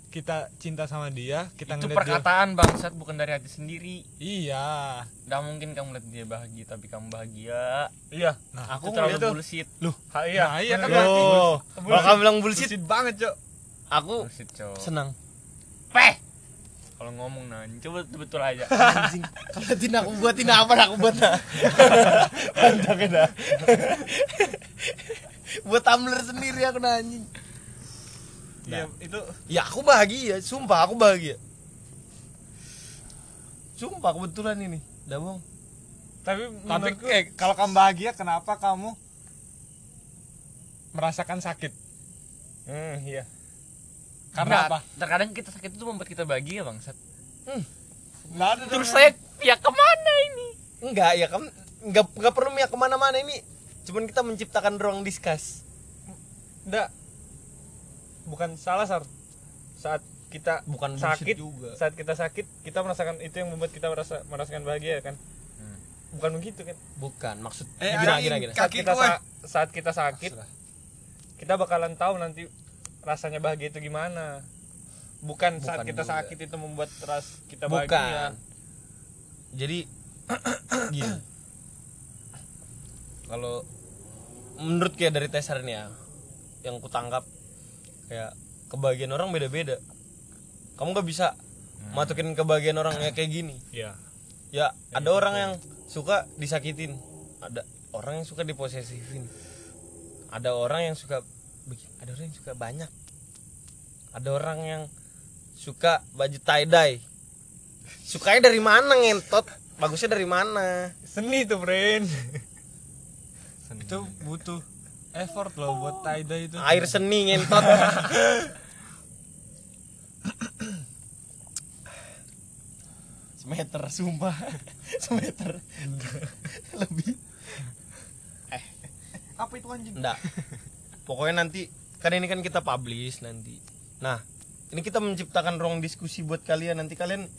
Speaker 1: kita cinta sama dia kita
Speaker 3: itu
Speaker 1: ngelihat dia
Speaker 3: perkataan bangsat bukan dari hati sendiri
Speaker 1: iya
Speaker 3: nggak mungkin kamu lihat dia bahagia tapi kamu bahagia
Speaker 4: iya
Speaker 1: nah
Speaker 3: aku itu terlalu
Speaker 4: Aku ngeliat tuh.
Speaker 3: bullshit
Speaker 4: ha, iya
Speaker 1: Nah, iya kan
Speaker 4: Bener.
Speaker 1: berarti.
Speaker 4: Bullshit.
Speaker 2: kalau kamu bilang bullshit
Speaker 4: Bullshit banget cok
Speaker 2: aku
Speaker 3: bullshit cowok
Speaker 2: senang
Speaker 3: peh kalau ngomong nanti coba betul aja
Speaker 2: anjing kalau tina aku buat tina apa aku buat nah mantap ya dah buat tumbler sendiri aku nah, anjing
Speaker 4: iya itu
Speaker 2: ya aku bahagia sumpah aku bahagia sumpah kebetulan ini dah bohong
Speaker 4: tapi
Speaker 1: tapi
Speaker 4: menurutku
Speaker 1: eh, kalau kamu bahagia kenapa kamu merasakan sakit
Speaker 4: hmm, iya
Speaker 1: karena apa
Speaker 3: terkadang kita sakit itu membuat kita bahagia bangsat
Speaker 1: nggak ada
Speaker 3: terus saya pihak kemana ini
Speaker 2: enggak ya kamu enggak enggak perlu ya kemana-mana ini cuman kita menciptakan ruang diskus
Speaker 4: enggak bukan salah sar saat kita
Speaker 2: bukan bullshit
Speaker 4: sakit
Speaker 2: juga
Speaker 4: saat kita sakit kita merasakan itu yang membuat kita merasa merasakan bahagia kan
Speaker 2: Hmm.
Speaker 4: bukan begitu kan
Speaker 2: bukan maksud
Speaker 1: Eh,
Speaker 2: gini
Speaker 1: anjing.
Speaker 2: gini gini
Speaker 4: saat
Speaker 1: Kaki
Speaker 4: kita
Speaker 1: gue.
Speaker 4: sa- saat kita sakit kita bakalan tahu nanti rasanya bahagia itu gimana bukan, saat
Speaker 2: Bukan
Speaker 4: kita
Speaker 2: juga.
Speaker 4: sakit itu membuat ras kita
Speaker 2: bukan
Speaker 4: bahagia
Speaker 2: jadi gini kalau menurut kayak dari Tesar nih ya yang kutangkap kayak kebahagiaan orang beda-beda kamu gak bisa masukin kebahagiaan orang yang kayak gini
Speaker 7: Iya.
Speaker 2: ya ada orang yang suka disakitin ada orang yang suka diposesifin ada orang yang suka begini ada orang yang suka banyak ada orang yang suka baju tie dye sukanya dari mana ngentot bagusnya dari mana
Speaker 4: Seni tuh, friend.
Speaker 1: itu butuh effort loh buat tie dye itu
Speaker 2: air seni ngentot semeter sumpah semeter lebih eh
Speaker 1: apa itu anjing
Speaker 2: enggak pokoknya nanti kan ini kan kita publish nanti nah ini kita menciptakan ruang diskusi buat kalian nanti kalian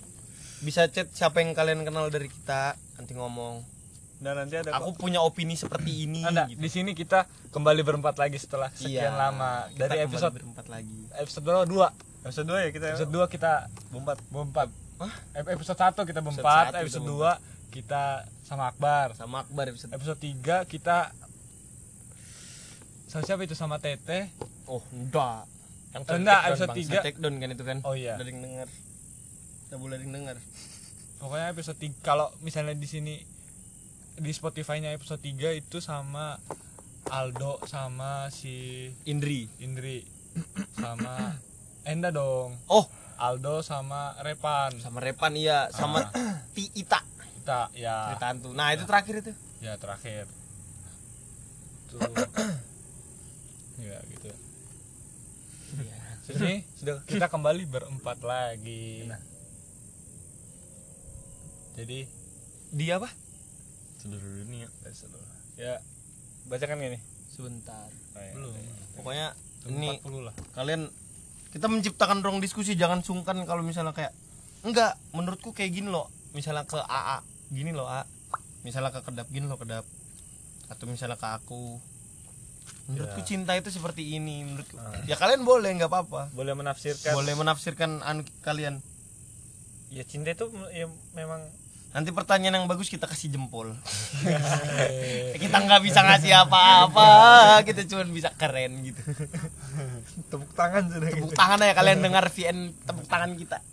Speaker 2: bisa chat siapa yang kalian kenal dari kita nanti ngomong
Speaker 4: Dan nanti ada
Speaker 2: aku punya opini seperti ini
Speaker 4: Anda,
Speaker 2: gitu.
Speaker 4: di sini kita kembali berempat lagi setelah
Speaker 2: Iya,
Speaker 4: sekian lama
Speaker 2: kita
Speaker 4: dari
Speaker 2: kembali
Speaker 4: episode
Speaker 2: berempat lagi
Speaker 4: episode berapa? dua episode dua ya kita episode dua kita bompat bompat
Speaker 2: Hah?
Speaker 4: Ep- episode satu kita
Speaker 2: Episode
Speaker 4: bompat
Speaker 2: satu kita
Speaker 4: episode
Speaker 2: bompat.
Speaker 4: dua kita sama Akbar
Speaker 2: sama Akbar episode
Speaker 4: episode tiga kita sama siapa itu sama Teteh
Speaker 2: Oh, enggak. Yang
Speaker 4: Eh, enggak,
Speaker 2: takedown,
Speaker 4: episode
Speaker 2: Bang.
Speaker 4: tiga.
Speaker 2: Saya takedown kan itu kan.
Speaker 4: Oh, iya.
Speaker 2: Udah ada yang denger. Udah boleh ada yang denger.
Speaker 4: pokoknya episode tiga kalau misalnya di sini di Spotify-nya episode 3 itu sama Aldo sama si
Speaker 2: Indri.
Speaker 4: Indri sama Enda dong
Speaker 2: Oh,
Speaker 4: Aldo sama Repan
Speaker 2: sama Repan iya, sama
Speaker 4: Ah.
Speaker 2: Ti Ita.
Speaker 4: kita ya
Speaker 2: Cerita hantu. Nah, itu terakhir itu.
Speaker 4: ya terakhir tuh ya gitu Iya. sini
Speaker 2: Sudah.
Speaker 4: kita kembali berempat lagi
Speaker 2: Nah.
Speaker 4: jadi
Speaker 2: Dia apa?
Speaker 3: seluruh dunia
Speaker 4: ya bacakan gak nih
Speaker 2: Sebentar.
Speaker 4: belum
Speaker 2: Pokoknya ini
Speaker 4: 40 lah
Speaker 2: kalian kita menciptakan ruang diskusi jangan sungkan kalau misalnya kayak enggak menurutku kayak gini loh misalnya ke AA gini loh A misalnya ke kedap gini loh kedap atau misalnya ke aku menurutku cinta itu seperti ini menurutku ya kalian boleh nggak apa-apa
Speaker 4: boleh menafsirkan
Speaker 2: boleh menafsirkan anu kalian
Speaker 4: ya cinta itu ya memang
Speaker 2: nanti pertanyaan yang bagus kita kasih jempol kita nggak bisa ngasih apa-apa kita cuma bisa keren gitu
Speaker 4: tepuk tangan sudah
Speaker 2: tepuk tangan ya kalian dengar VN tepuk tangan kita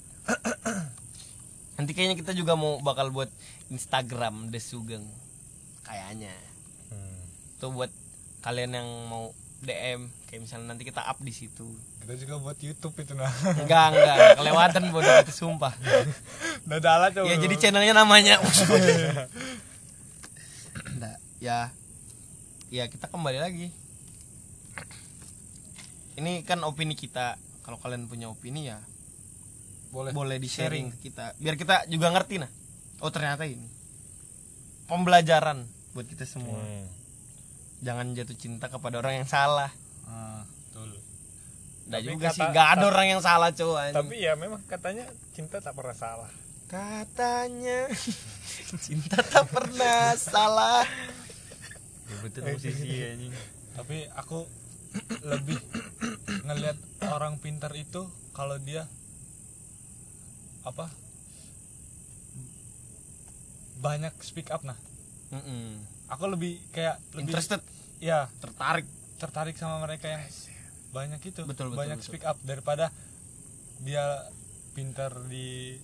Speaker 2: nanti kayaknya kita juga mau bakal buat Instagram The Sugeng kayaknya
Speaker 4: Hmm,
Speaker 2: tuh buat kalian yang mau DM kayak misalnya nanti kita up di situ
Speaker 1: kita juga buat YouTube itu nah
Speaker 2: enggak enggak kelewatan bodoh itu sumpah
Speaker 4: dadala coba
Speaker 2: ya jadi channelnya namanya Nggak, ya ya kita kembali lagi ini kan opini kita kalau kalian punya opini ya
Speaker 1: boleh
Speaker 2: boleh di sharing ke kita biar kita juga ngerti nah oh ternyata ini pembelajaran buat kita semua
Speaker 4: Hmm.
Speaker 1: Hmm.
Speaker 2: jangan jatuh cinta kepada orang yang salah
Speaker 1: Ah, betul
Speaker 2: Nggak
Speaker 4: Tapi
Speaker 2: juga
Speaker 4: kata-
Speaker 2: sih nggak ada orang yang salah cowok
Speaker 4: tapi ya memang katanya cinta tak pernah salah
Speaker 2: katanya cinta tak pernah salah
Speaker 3: ya betul musisi ya anjing
Speaker 1: tapi aku lebih ngelihat orang pintar itu kalau dia apa banyak speak up nah
Speaker 2: Mm-mm.
Speaker 1: aku lebih kayak lebih
Speaker 2: interested
Speaker 1: ya
Speaker 2: tertarik
Speaker 1: tertarik sama mereka yang banyak itu
Speaker 2: Betul, betul,
Speaker 1: banyak
Speaker 2: betul.
Speaker 1: speak up daripada dia pintar di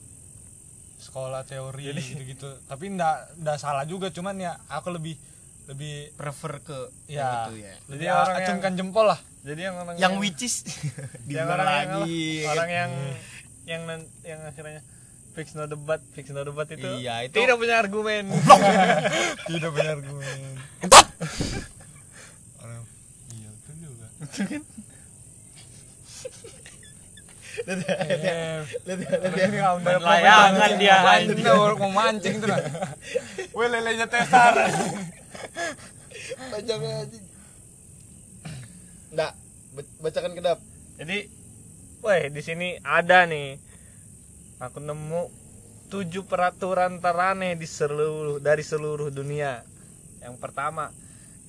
Speaker 1: sekolah teori gitu-gitu tapi ndak ndak salah juga cuman ya aku lebih lebih
Speaker 2: prefer ke
Speaker 1: ya,
Speaker 2: yang itu ya
Speaker 1: lebih
Speaker 4: Jadi orang
Speaker 1: acungkan jempol lah
Speaker 4: jadi yang orang
Speaker 2: yang which is
Speaker 4: yang
Speaker 2: diulang
Speaker 4: orang
Speaker 2: lagi
Speaker 4: yang apa? orang yang yang nan- yang akhirnya fix no debat fix no debat itu
Speaker 2: Iya, itu-
Speaker 4: tidak punya argumen Iya,
Speaker 1: tidak benar gue orang iya itu juga
Speaker 4: Ini nggak ada
Speaker 3: Main
Speaker 4: apa-apa.
Speaker 3: layangan dia anjing
Speaker 1: anjing orang mau mancing tuh nah
Speaker 4: Weh, lelenya tesar
Speaker 2: panjangnya anjing nggak ba- bacakan kedap
Speaker 4: jadi weh di sini ada nih aku nemu tujuh peraturan teraneh di seluruh dari seluruh dunia yang pertama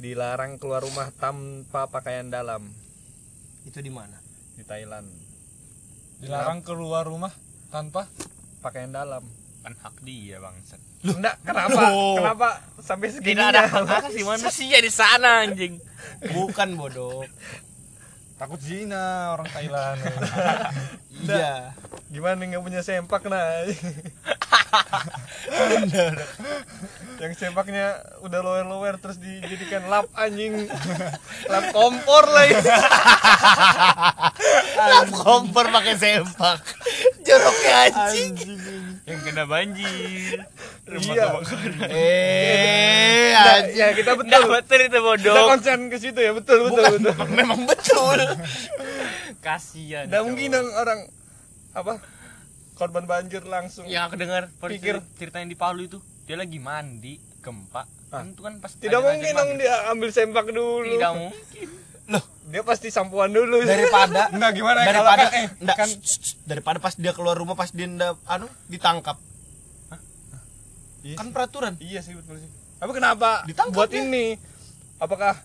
Speaker 4: dilarang keluar rumah tanpa pakaian dalam
Speaker 2: itu di mana
Speaker 4: di Thailand
Speaker 1: dilarang keluar rumah tanpa
Speaker 4: pakaian dalam
Speaker 3: kan hak dia bangsat
Speaker 4: enggak kenapa
Speaker 1: Oh.
Speaker 4: kenapa sampai segini
Speaker 3: tidak ada hak asasi manusia di sana anjing
Speaker 2: bukan bodoh
Speaker 1: takut zina orang Thailand
Speaker 2: Iya.
Speaker 4: Gimana nggak punya sempak nah? yang sempaknya udah lower lower terus dijadikan lap anjing lap kompor lagi
Speaker 2: Lap kompor pakai sempak. Joroknya anjing.
Speaker 3: yang kena banjir rumah
Speaker 4: Iya.
Speaker 3: kebakaran
Speaker 2: Eh,
Speaker 4: Nah,
Speaker 2: anjing.
Speaker 4: ya kita
Speaker 3: nggak
Speaker 4: betul
Speaker 3: betul itu
Speaker 4: kita
Speaker 3: bodoh
Speaker 4: konsen ke situ ya betul betul betul
Speaker 2: Memang betul.
Speaker 3: kasihan
Speaker 4: nggak
Speaker 3: cowok.
Speaker 4: mungkin dong orang apa korban banjir langsung
Speaker 3: yang aku dengar per-
Speaker 4: Pikir.
Speaker 3: cerita yang di Palu itu dia lagi mandi gempa
Speaker 4: Ah.
Speaker 3: Kan itu kan pas
Speaker 4: tidak
Speaker 3: ada
Speaker 4: mungkin
Speaker 3: maghrib.
Speaker 4: dong dia ambil sempak dulu
Speaker 3: tidak mungkin
Speaker 4: dia pasti sampuan dulu
Speaker 2: Daripada
Speaker 1: enggak gimana ya kalau
Speaker 2: daripada
Speaker 1: kan eh
Speaker 2: enggak,
Speaker 1: kan
Speaker 2: shh, shh, daripada pas dia keluar rumah pas dia nda, anu ditangkap.
Speaker 4: Iya
Speaker 2: Kan
Speaker 4: sih.
Speaker 2: peraturan.
Speaker 4: Iya sih betul sih. Tapi kenapa
Speaker 2: Ditangkap
Speaker 4: buat
Speaker 2: ya?
Speaker 4: ini? Apakah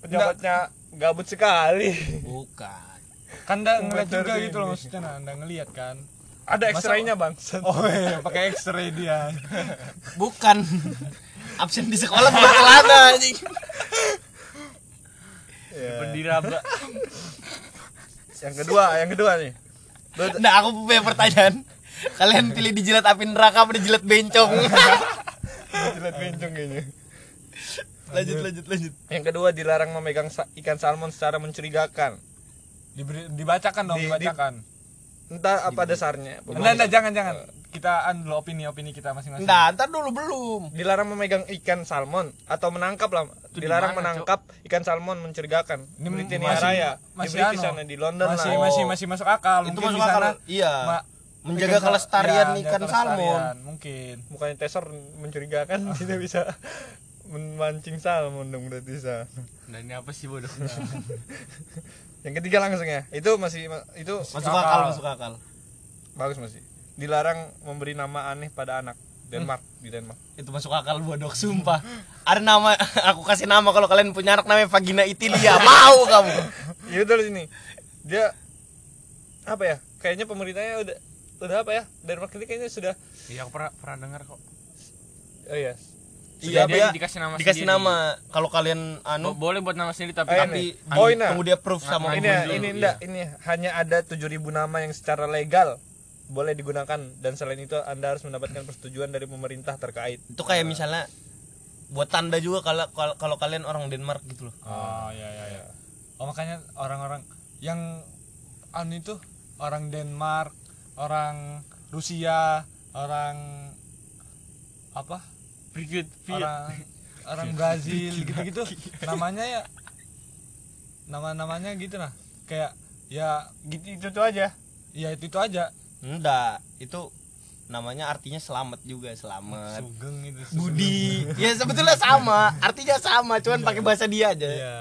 Speaker 4: pejabatnya Nah, gabut sekali?
Speaker 2: Bukan.
Speaker 1: kan anda ngeliat
Speaker 4: Bener
Speaker 1: juga
Speaker 4: nih.
Speaker 1: gitu loh maksudnya nah, anda ngeliat kan
Speaker 4: Ada X-ray-nya, Bang.
Speaker 1: oh iya pakai X-ray dia
Speaker 2: Bukan. Absen di sekolah bukan celana anjing.
Speaker 4: Iya.
Speaker 3: berdiraba
Speaker 4: Yang kedua, yang kedua nih.
Speaker 2: Nah, aku punya pertanyaan. Kalian pilih dijilat api neraka apa dijilat bencong?
Speaker 4: Jilat bencong kayaknya.
Speaker 2: lanjut lanjut lanjut.
Speaker 4: Yang kedua dilarang memegang sa- ikan salmon secara mencurigakan.
Speaker 1: Diberi, dibacakan dong
Speaker 4: Di- di-
Speaker 1: dibacakan
Speaker 4: Entah apa dasarnya.
Speaker 1: enggak enggak jangan jangan kita an dulu opini opini kita masing-masing
Speaker 2: Nah, ntar dulu belum.
Speaker 4: Dilarang memegang ikan salmon atau menangkap lah.
Speaker 3: di
Speaker 4: Dilarang
Speaker 3: mana,
Speaker 4: menangkap ikan salmon mencurigakan.
Speaker 1: Ini
Speaker 4: Di
Speaker 1: masih-
Speaker 4: Raya, di
Speaker 1: masih
Speaker 4: British
Speaker 1: anu,
Speaker 4: sana, di London
Speaker 1: masih
Speaker 4: lah.
Speaker 1: masih masih masuk akal
Speaker 2: Itu
Speaker 1: mungkin
Speaker 2: masuk
Speaker 1: di sana,
Speaker 2: akal. Iya.
Speaker 1: ma-
Speaker 2: Menjaga
Speaker 1: ikan sal-
Speaker 2: kelestarian
Speaker 1: iya,
Speaker 2: ikan
Speaker 1: menjaga
Speaker 2: salmon.
Speaker 1: kelestarian, mungkin
Speaker 4: Bukannya teser mencurigakan, tidak bisa memancing salmon dong berarti bisa.
Speaker 3: dan Nah, ini apa sih bodoh
Speaker 4: Yang ketiga langsung ya. Itu masih ma- itu
Speaker 2: Masuk akal, masuk akal.
Speaker 4: bagus masih. Dilarang memberi nama aneh pada anak.
Speaker 1: Hmm.
Speaker 4: Denmark di Denmark.
Speaker 2: Itu masuk akal bodoh, sumpah. Ada nama aku kasih nama kalau kalian punya anak namanya Vagina Itilia. Mau kamu?
Speaker 4: Ya udah sini. Dia apa ya? Kayaknya pemerintahnya udah udah apa ya? Denmark ini kayaknya sudah
Speaker 3: iya aku pernah pernah dengar kok
Speaker 4: oh iya.
Speaker 2: Iya,
Speaker 3: Sudah, dia
Speaker 2: dia
Speaker 3: dikasih nama
Speaker 2: dikasih
Speaker 3: sendiri.
Speaker 2: nama. Kalau kalian
Speaker 3: Bo-
Speaker 2: anu
Speaker 3: boleh buat nama sendiri tapi
Speaker 2: Eh,
Speaker 4: Ayo
Speaker 3: tapi
Speaker 4: nih.
Speaker 2: tapi
Speaker 4: Oh, ini.
Speaker 2: tunggu dia proof sama
Speaker 4: Ini
Speaker 3: Ini
Speaker 4: ya,
Speaker 3: dulu,
Speaker 4: ini
Speaker 3: iya.
Speaker 4: enggak, ini hanya ada 7000 nama yang secara legal boleh digunakan dan selain itu Anda harus mendapatkan persetujuan dari pemerintah terkait.
Speaker 2: itu kayak misalnya buat tanda juga kalau kalau- kalau kalian orang Denmark gitu loh.
Speaker 1: Oh iya iya iya. Oh makanya orang-orang yang anu itu orang Denmark, orang Rusia, orang apa?
Speaker 3: Brigade Fiat.
Speaker 1: Orang orang Brazil gitu-gitu. Namanya ya nama-namanya gitu nah. Kayak ya
Speaker 4: Gitu itu, itu aja.
Speaker 1: ya itu itu aja.
Speaker 2: Enggak, itu namanya artinya selamat juga, selamat.
Speaker 1: Sugeng itu. Sugeng.
Speaker 2: Budi. Ya sebetulnya sama, artinya sama, cuman pakai bahasa dia aja.
Speaker 1: Iya.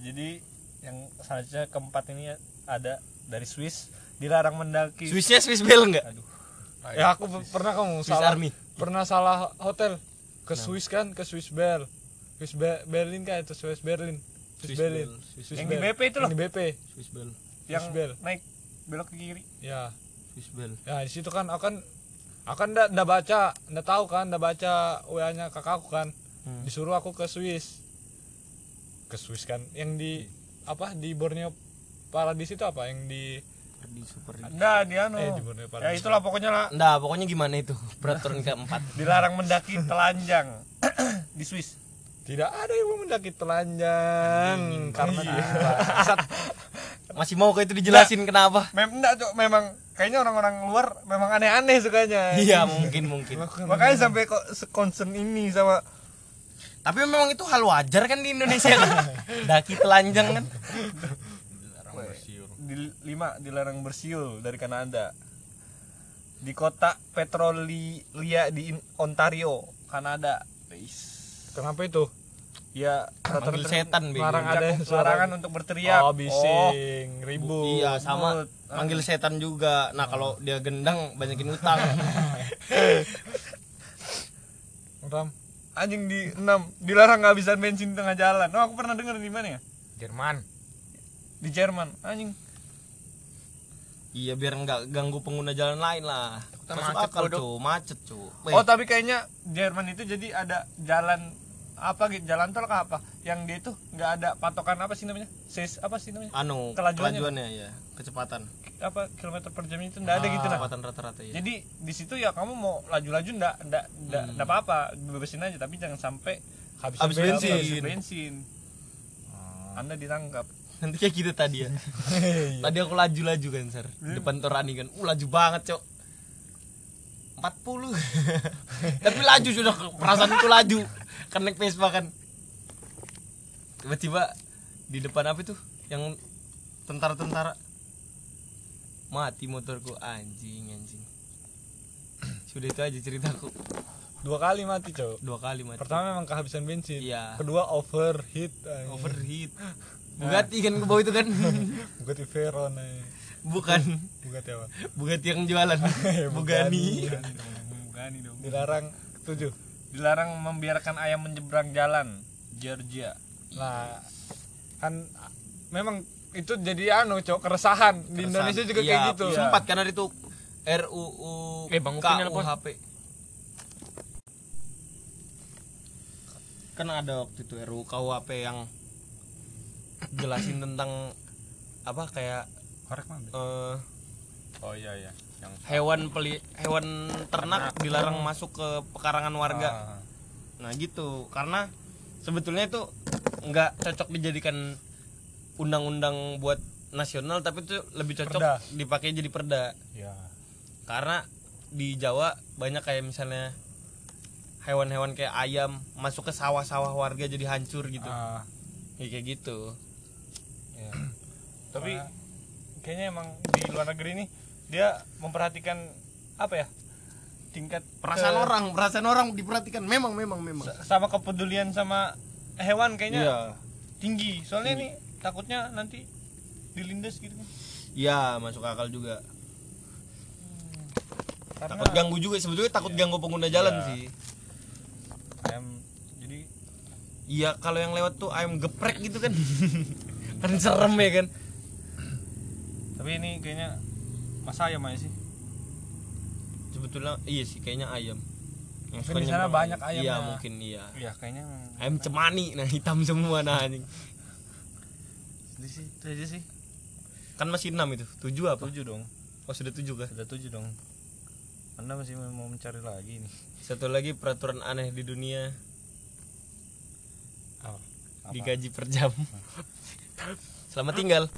Speaker 4: Jadi yang selanjutnya keempat ini ada dari Swiss dilarang mendaki.
Speaker 2: Swissnya Swiss Bell enggak?
Speaker 1: Ya aku pe- pernah kamu
Speaker 2: Swiss
Speaker 1: salah
Speaker 2: Army.
Speaker 1: pernah salah hotel ke Swiss kan ke Swiss Bell Swiss Be- Berlin kan itu Swiss Berlin Swiss,
Speaker 2: Swiss
Speaker 1: Berlin
Speaker 2: Bell, Swiss
Speaker 1: Swiss
Speaker 4: Yang di
Speaker 1: Bell.
Speaker 4: BP itu loh.
Speaker 1: yang di BP
Speaker 2: Swiss Bell,
Speaker 4: yang
Speaker 1: Swiss Bell.
Speaker 4: naik belok ke kiri
Speaker 1: ya
Speaker 2: Swiss Bell.
Speaker 1: ya di situ kan akan akan ndak ndak baca ndak tahu kan ndak baca wa nya kakakku kan
Speaker 2: Hmm.
Speaker 1: disuruh aku ke Swiss ke Swiss kan yang di apa di Borneo Paradis itu apa yang di
Speaker 2: Di Super League.
Speaker 4: nah dia no
Speaker 1: eh di Borneo
Speaker 4: ya
Speaker 1: Paradis
Speaker 4: itulah pokoknya lah
Speaker 2: Nah, pokoknya gimana itu peraturan keempat?
Speaker 4: dilarang mendaki telanjang di Swiss
Speaker 1: tidak ada yang mau mendaki telanjang Iya. karena Bangsat.
Speaker 2: Masih mau kayak itu dijelasin kenapa?
Speaker 4: Mem enggak Cok. memang kayaknya orang-orang luar memang aneh-aneh sukanya
Speaker 2: Iya, mungkin mungkin.
Speaker 4: makanya sampai kok sekonsen ini sama
Speaker 2: Tapi memang itu hal wajar kan di Indonesia kan? Daki telanjang kan?
Speaker 4: di lima dilarang bersiul dari Kanada di kota Petrolia di In- Ontario Kanada
Speaker 1: kenapa itu
Speaker 4: ya
Speaker 2: Panggil setan bego.
Speaker 1: Larang ada yang suara-
Speaker 4: larangan untuk berteriak
Speaker 1: oh bising ribut
Speaker 2: Iya sama
Speaker 4: Ribut.
Speaker 2: manggil setan juga. Nah kalau dia gendang banyakin utang.
Speaker 1: Ram
Speaker 4: anjing di 6 dilarang kehabisan bensin di tengah jalan. Oh, aku pernah dengar di mana ya?
Speaker 3: Jerman
Speaker 4: Di Jerman. Anjing.
Speaker 2: iya biar nggak ganggu pengguna jalan lain lah.
Speaker 3: Takutnya
Speaker 2: Masuk
Speaker 3: macet,
Speaker 2: akal
Speaker 3: bodoh.
Speaker 4: iya.
Speaker 2: cu, macet cu. Weh,
Speaker 4: Oh, tapi kayaknya Jerman itu jadi ada jalan apa gitu jalan tol ke apa yang dia itu nggak ada patokan apa sih namanya ses apa sih namanya
Speaker 2: anu
Speaker 4: Kelajuannya.
Speaker 2: kelajuannya ya kecepatan
Speaker 4: apa kilometer per jam itu nggak ada gitu nah
Speaker 2: kecepatan rata-rata ya
Speaker 4: jadi di situ ya kamu mau laju-laju ndak ndak ndak ndak apa-apa bebasin aja tapi jangan sampai habis
Speaker 2: Habis bensin.
Speaker 4: Iya. bensin
Speaker 1: Oh.
Speaker 4: anda ditangkap
Speaker 2: nanti kayak gitu tadi ya
Speaker 4: Iya.
Speaker 2: tadi aku laju-laju kan sir
Speaker 4: Hmm.
Speaker 2: depan Torani kan uh laju banget cok 40 tapi laju sudah perasaanku laju kan naik Vespa kan tiba-tiba di depan apa itu yang tentara-tentara mati motorku anjing anjing sudah itu aja ceritaku
Speaker 1: Dua kali mati, Cok.
Speaker 2: dua kali mati
Speaker 1: Pertama memang kehabisan bensin.
Speaker 2: Iya.
Speaker 1: Kedua overheat. anjing.
Speaker 2: overheat Bugatti kan ke bawah itu kan
Speaker 1: Bugatti Veyron. anjing.
Speaker 2: bukan
Speaker 1: Bugatti apa?
Speaker 2: Bugatti yang jualan Bugani
Speaker 4: Bukan dong
Speaker 1: Dilarang tujuh.
Speaker 4: dilarang membiarkan ayam menyeberang jalan Georgia
Speaker 1: Nah, kan a- memang itu jadi anu, Cok, keresahan. Di Indonesia juga
Speaker 2: Iya,
Speaker 1: kayak gitu.
Speaker 2: sempat karena itu RUU
Speaker 3: Eh, Bang Upin nelpon.
Speaker 2: KUHP kan ada waktu itu RUU KUHP yang jelasin tentang apa kayak eh,
Speaker 4: oh iya iya yang
Speaker 2: hewan peli hewan ternak dilarang masuk ke pekarangan warga nah gitu karena sebetulnya itu nggak cocok dijadikan undang-undang buat nasional tapi itu lebih cocok
Speaker 1: Perda.
Speaker 2: dipakai jadi perda
Speaker 1: Iya.
Speaker 2: karena di Jawa banyak kayak misalnya hewan-hewan kayak ayam masuk ke sawah-sawah warga jadi hancur gitu
Speaker 1: Ah,
Speaker 2: Ya, kayak gitu
Speaker 4: tapi kayaknya emang di luar negeri nih dia memperhatikan apa ya tingkat
Speaker 2: perasaan
Speaker 4: ke-
Speaker 2: orang perasaan orang diperhatikan memang memang memang
Speaker 4: sama kepedulian sama hewan kayaknya
Speaker 2: Iya.
Speaker 4: tinggi soalnya nih takutnya nanti dilindas gitu kan
Speaker 2: ya masuk akal juga
Speaker 1: Nah.
Speaker 4: Karena-
Speaker 2: takut ganggu juga sebetulnya takut
Speaker 1: Iya.
Speaker 2: ganggu pengguna jalan sih
Speaker 4: ayam jadi
Speaker 2: iya kalau yang lewat tuh ayam geprek gitu kan kan serem ya kan
Speaker 4: tapi ini kayaknya masa ayam aja sih
Speaker 2: sebetulnya iya sih kayaknya ayam yang
Speaker 1: Mungkin Kan di
Speaker 2: suka
Speaker 1: sana
Speaker 2: nyebrang
Speaker 1: banyak ayam
Speaker 2: iya
Speaker 1: ya.
Speaker 2: mungkin iya
Speaker 4: ya kayaknya
Speaker 2: ayam cemani nah hitam semua nah anjing
Speaker 4: di sih itu aja sih
Speaker 2: kan masih enam itu tujuh apa
Speaker 4: tujuh dong
Speaker 2: oh sudah tujuh kan
Speaker 4: sudah tujuh dong anda masih mau mencari lagi nih
Speaker 2: satu lagi peraturan aneh di dunia digaji per jam selamat tinggal